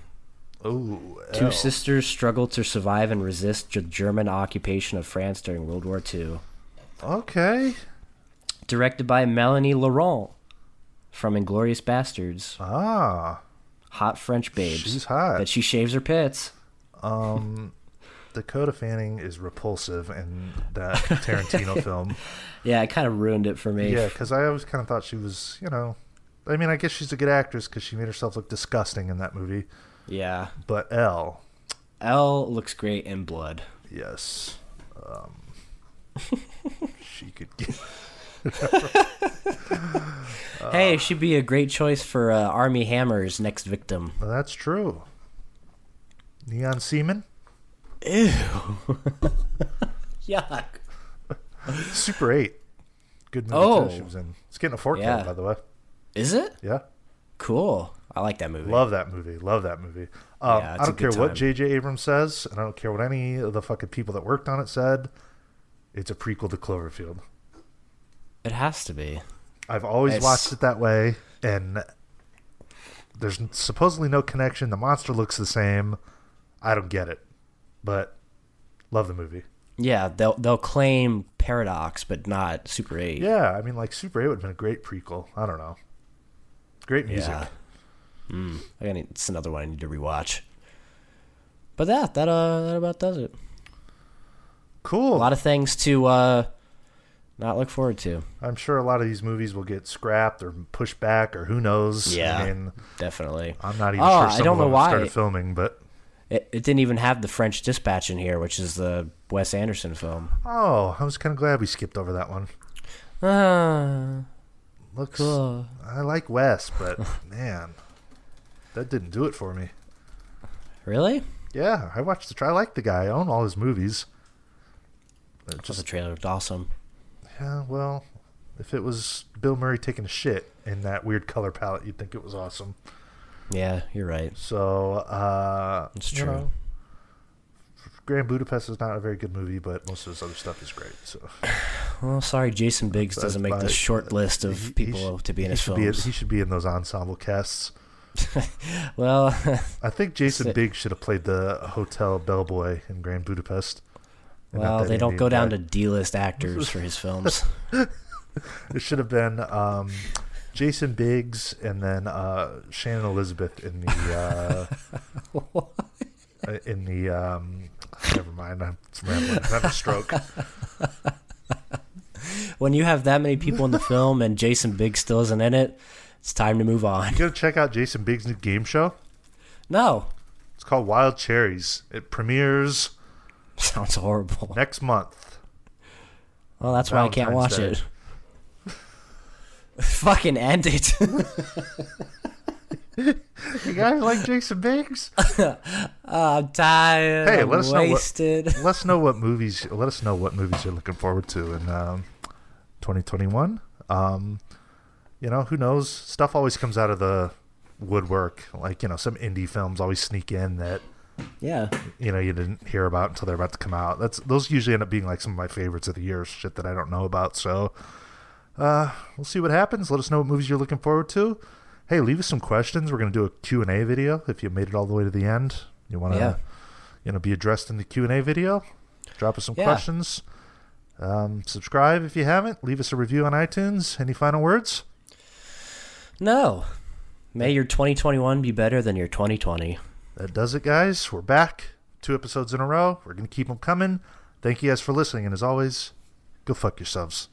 Ooh.
Two
L.
sisters struggle to survive and resist the German occupation of France during World War II.
Okay.
Directed by Melanie Laurent from Inglorious Bastards.
Ah.
Hot French babes.
She's hot.
But she shaves her pits.
Dakota Fanning is repulsive in that Tarantino film.
Yeah, it kind of ruined it for me.
Yeah, because I always kind of thought she was, you know, I mean, I guess she's a good actress because she made herself look disgusting in that movie.
yeah.
But L,
Elle looks great in blood.
yes, um, she could get Uh.
hey, she'd be a great choice for uh, Army Hammer's next victim.
Well, that's true. Neon Seaman?
Ew. Yuck.
Super 8. Good movie
Oh.
too, she was in. It's getting a 4K,
Yeah.
by the way.
Is it?
Yeah.
Cool. I like that movie.
Love that movie. Love that movie. Um,
Yeah, it's
I
a
don't care
good
what
time.
J.J. Abrams says, and I don't care what any of the fucking people that worked on it said. It's a prequel to Cloverfield.
It has to be.
I've always
It's-
watched it that way, and there's supposedly no connection. The monster looks the same. I don't get it, but love the movie.
Yeah, they'll they'll claim Paradox, but not Super Eight.
Yeah, I mean, like Super 8 would have been a great prequel. I don't know. Great music.
Yeah. Mm, I gotta, it's another one I need to rewatch. But yeah, that uh, that about does it. A
Cool.
lot of things to uh, not look forward to.
I'm sure a lot of these movies will get scrapped or pushed back or who knows.
Yeah.
I mean,
Definitely.
I'm not even
Oh,
sure
I
some
don't
of
know
them
why.
started filming, but
It, it didn't even have the French Dispatch in here, which is the Wes Anderson film.
oh, I was kind of glad we skipped over that one. Uh.
Ah,
Looks,
cool.
I like Wes, but man, that didn't do it for me.
Really?
Yeah, I watched the. Tri- I like the guy. I own all his movies. It
Just the
just
trailer looked awesome.
yeah, well, if it was Bill Murray taking a shit in that weird color palette, you'd think it was awesome.
Yeah, you're right.
So uh,
It's
you
true.
know, Grand Budapest is not a very good movie, but most of his other stuff is great. So
Well, sorry, Jason Biggs
That's
doesn't make
my-
this short list
He-
of
he
people
should-
to be
he
in his
should be-
films.
he should be in those ensemble casts.
well,
I think Jason
Sit.
Biggs should have played the hotel bellboy in Grand Budapest. And not
well,
that
they don't
Indian
go down
guy.
to D-list actors for his films.
It should have been um, Jason Biggs and then uh, Shannon Elizabeth in the uh, in the um, never mind. I'm rambling. I'm having a stroke.
when you have that many people in the film and Jason Biggs still isn't in it, it's time to move on.
You gotta check out Jason Biggs' new game show.
No,
It's called Wild Cherries. It premieres
sounds horrible.
next month.
Well, that's why I can't watch
Valentine's
it. Fucking end it.
You guys like Jason Biggs?
I'm tired.
Hey,
I'm
let us know what-
wasted.
let us know what movies let us know what movies you're looking forward to in um, 2021 um, you know who knows stuff always comes out of the woodwork like you know some indie films always sneak in that
Yeah,
you know you didn't hear about until they're about to come out that's those usually end up being like some of my favorites of the year shit that i don't know about so uh, we'll see what happens let us know what movies you're looking forward to hey leave us some questions we're going to do a q&a video if you made it all the way to the end you want to
Yeah.
you know be addressed in the q&a video drop us some
Yeah.
questions um, subscribe if you haven't leave us a review on itunes any final words
no. May your 2021 be better than your 2020.
that does it guys we're back two episodes in a row we're going to keep them coming thank you guys for listening and as always go fuck yourselves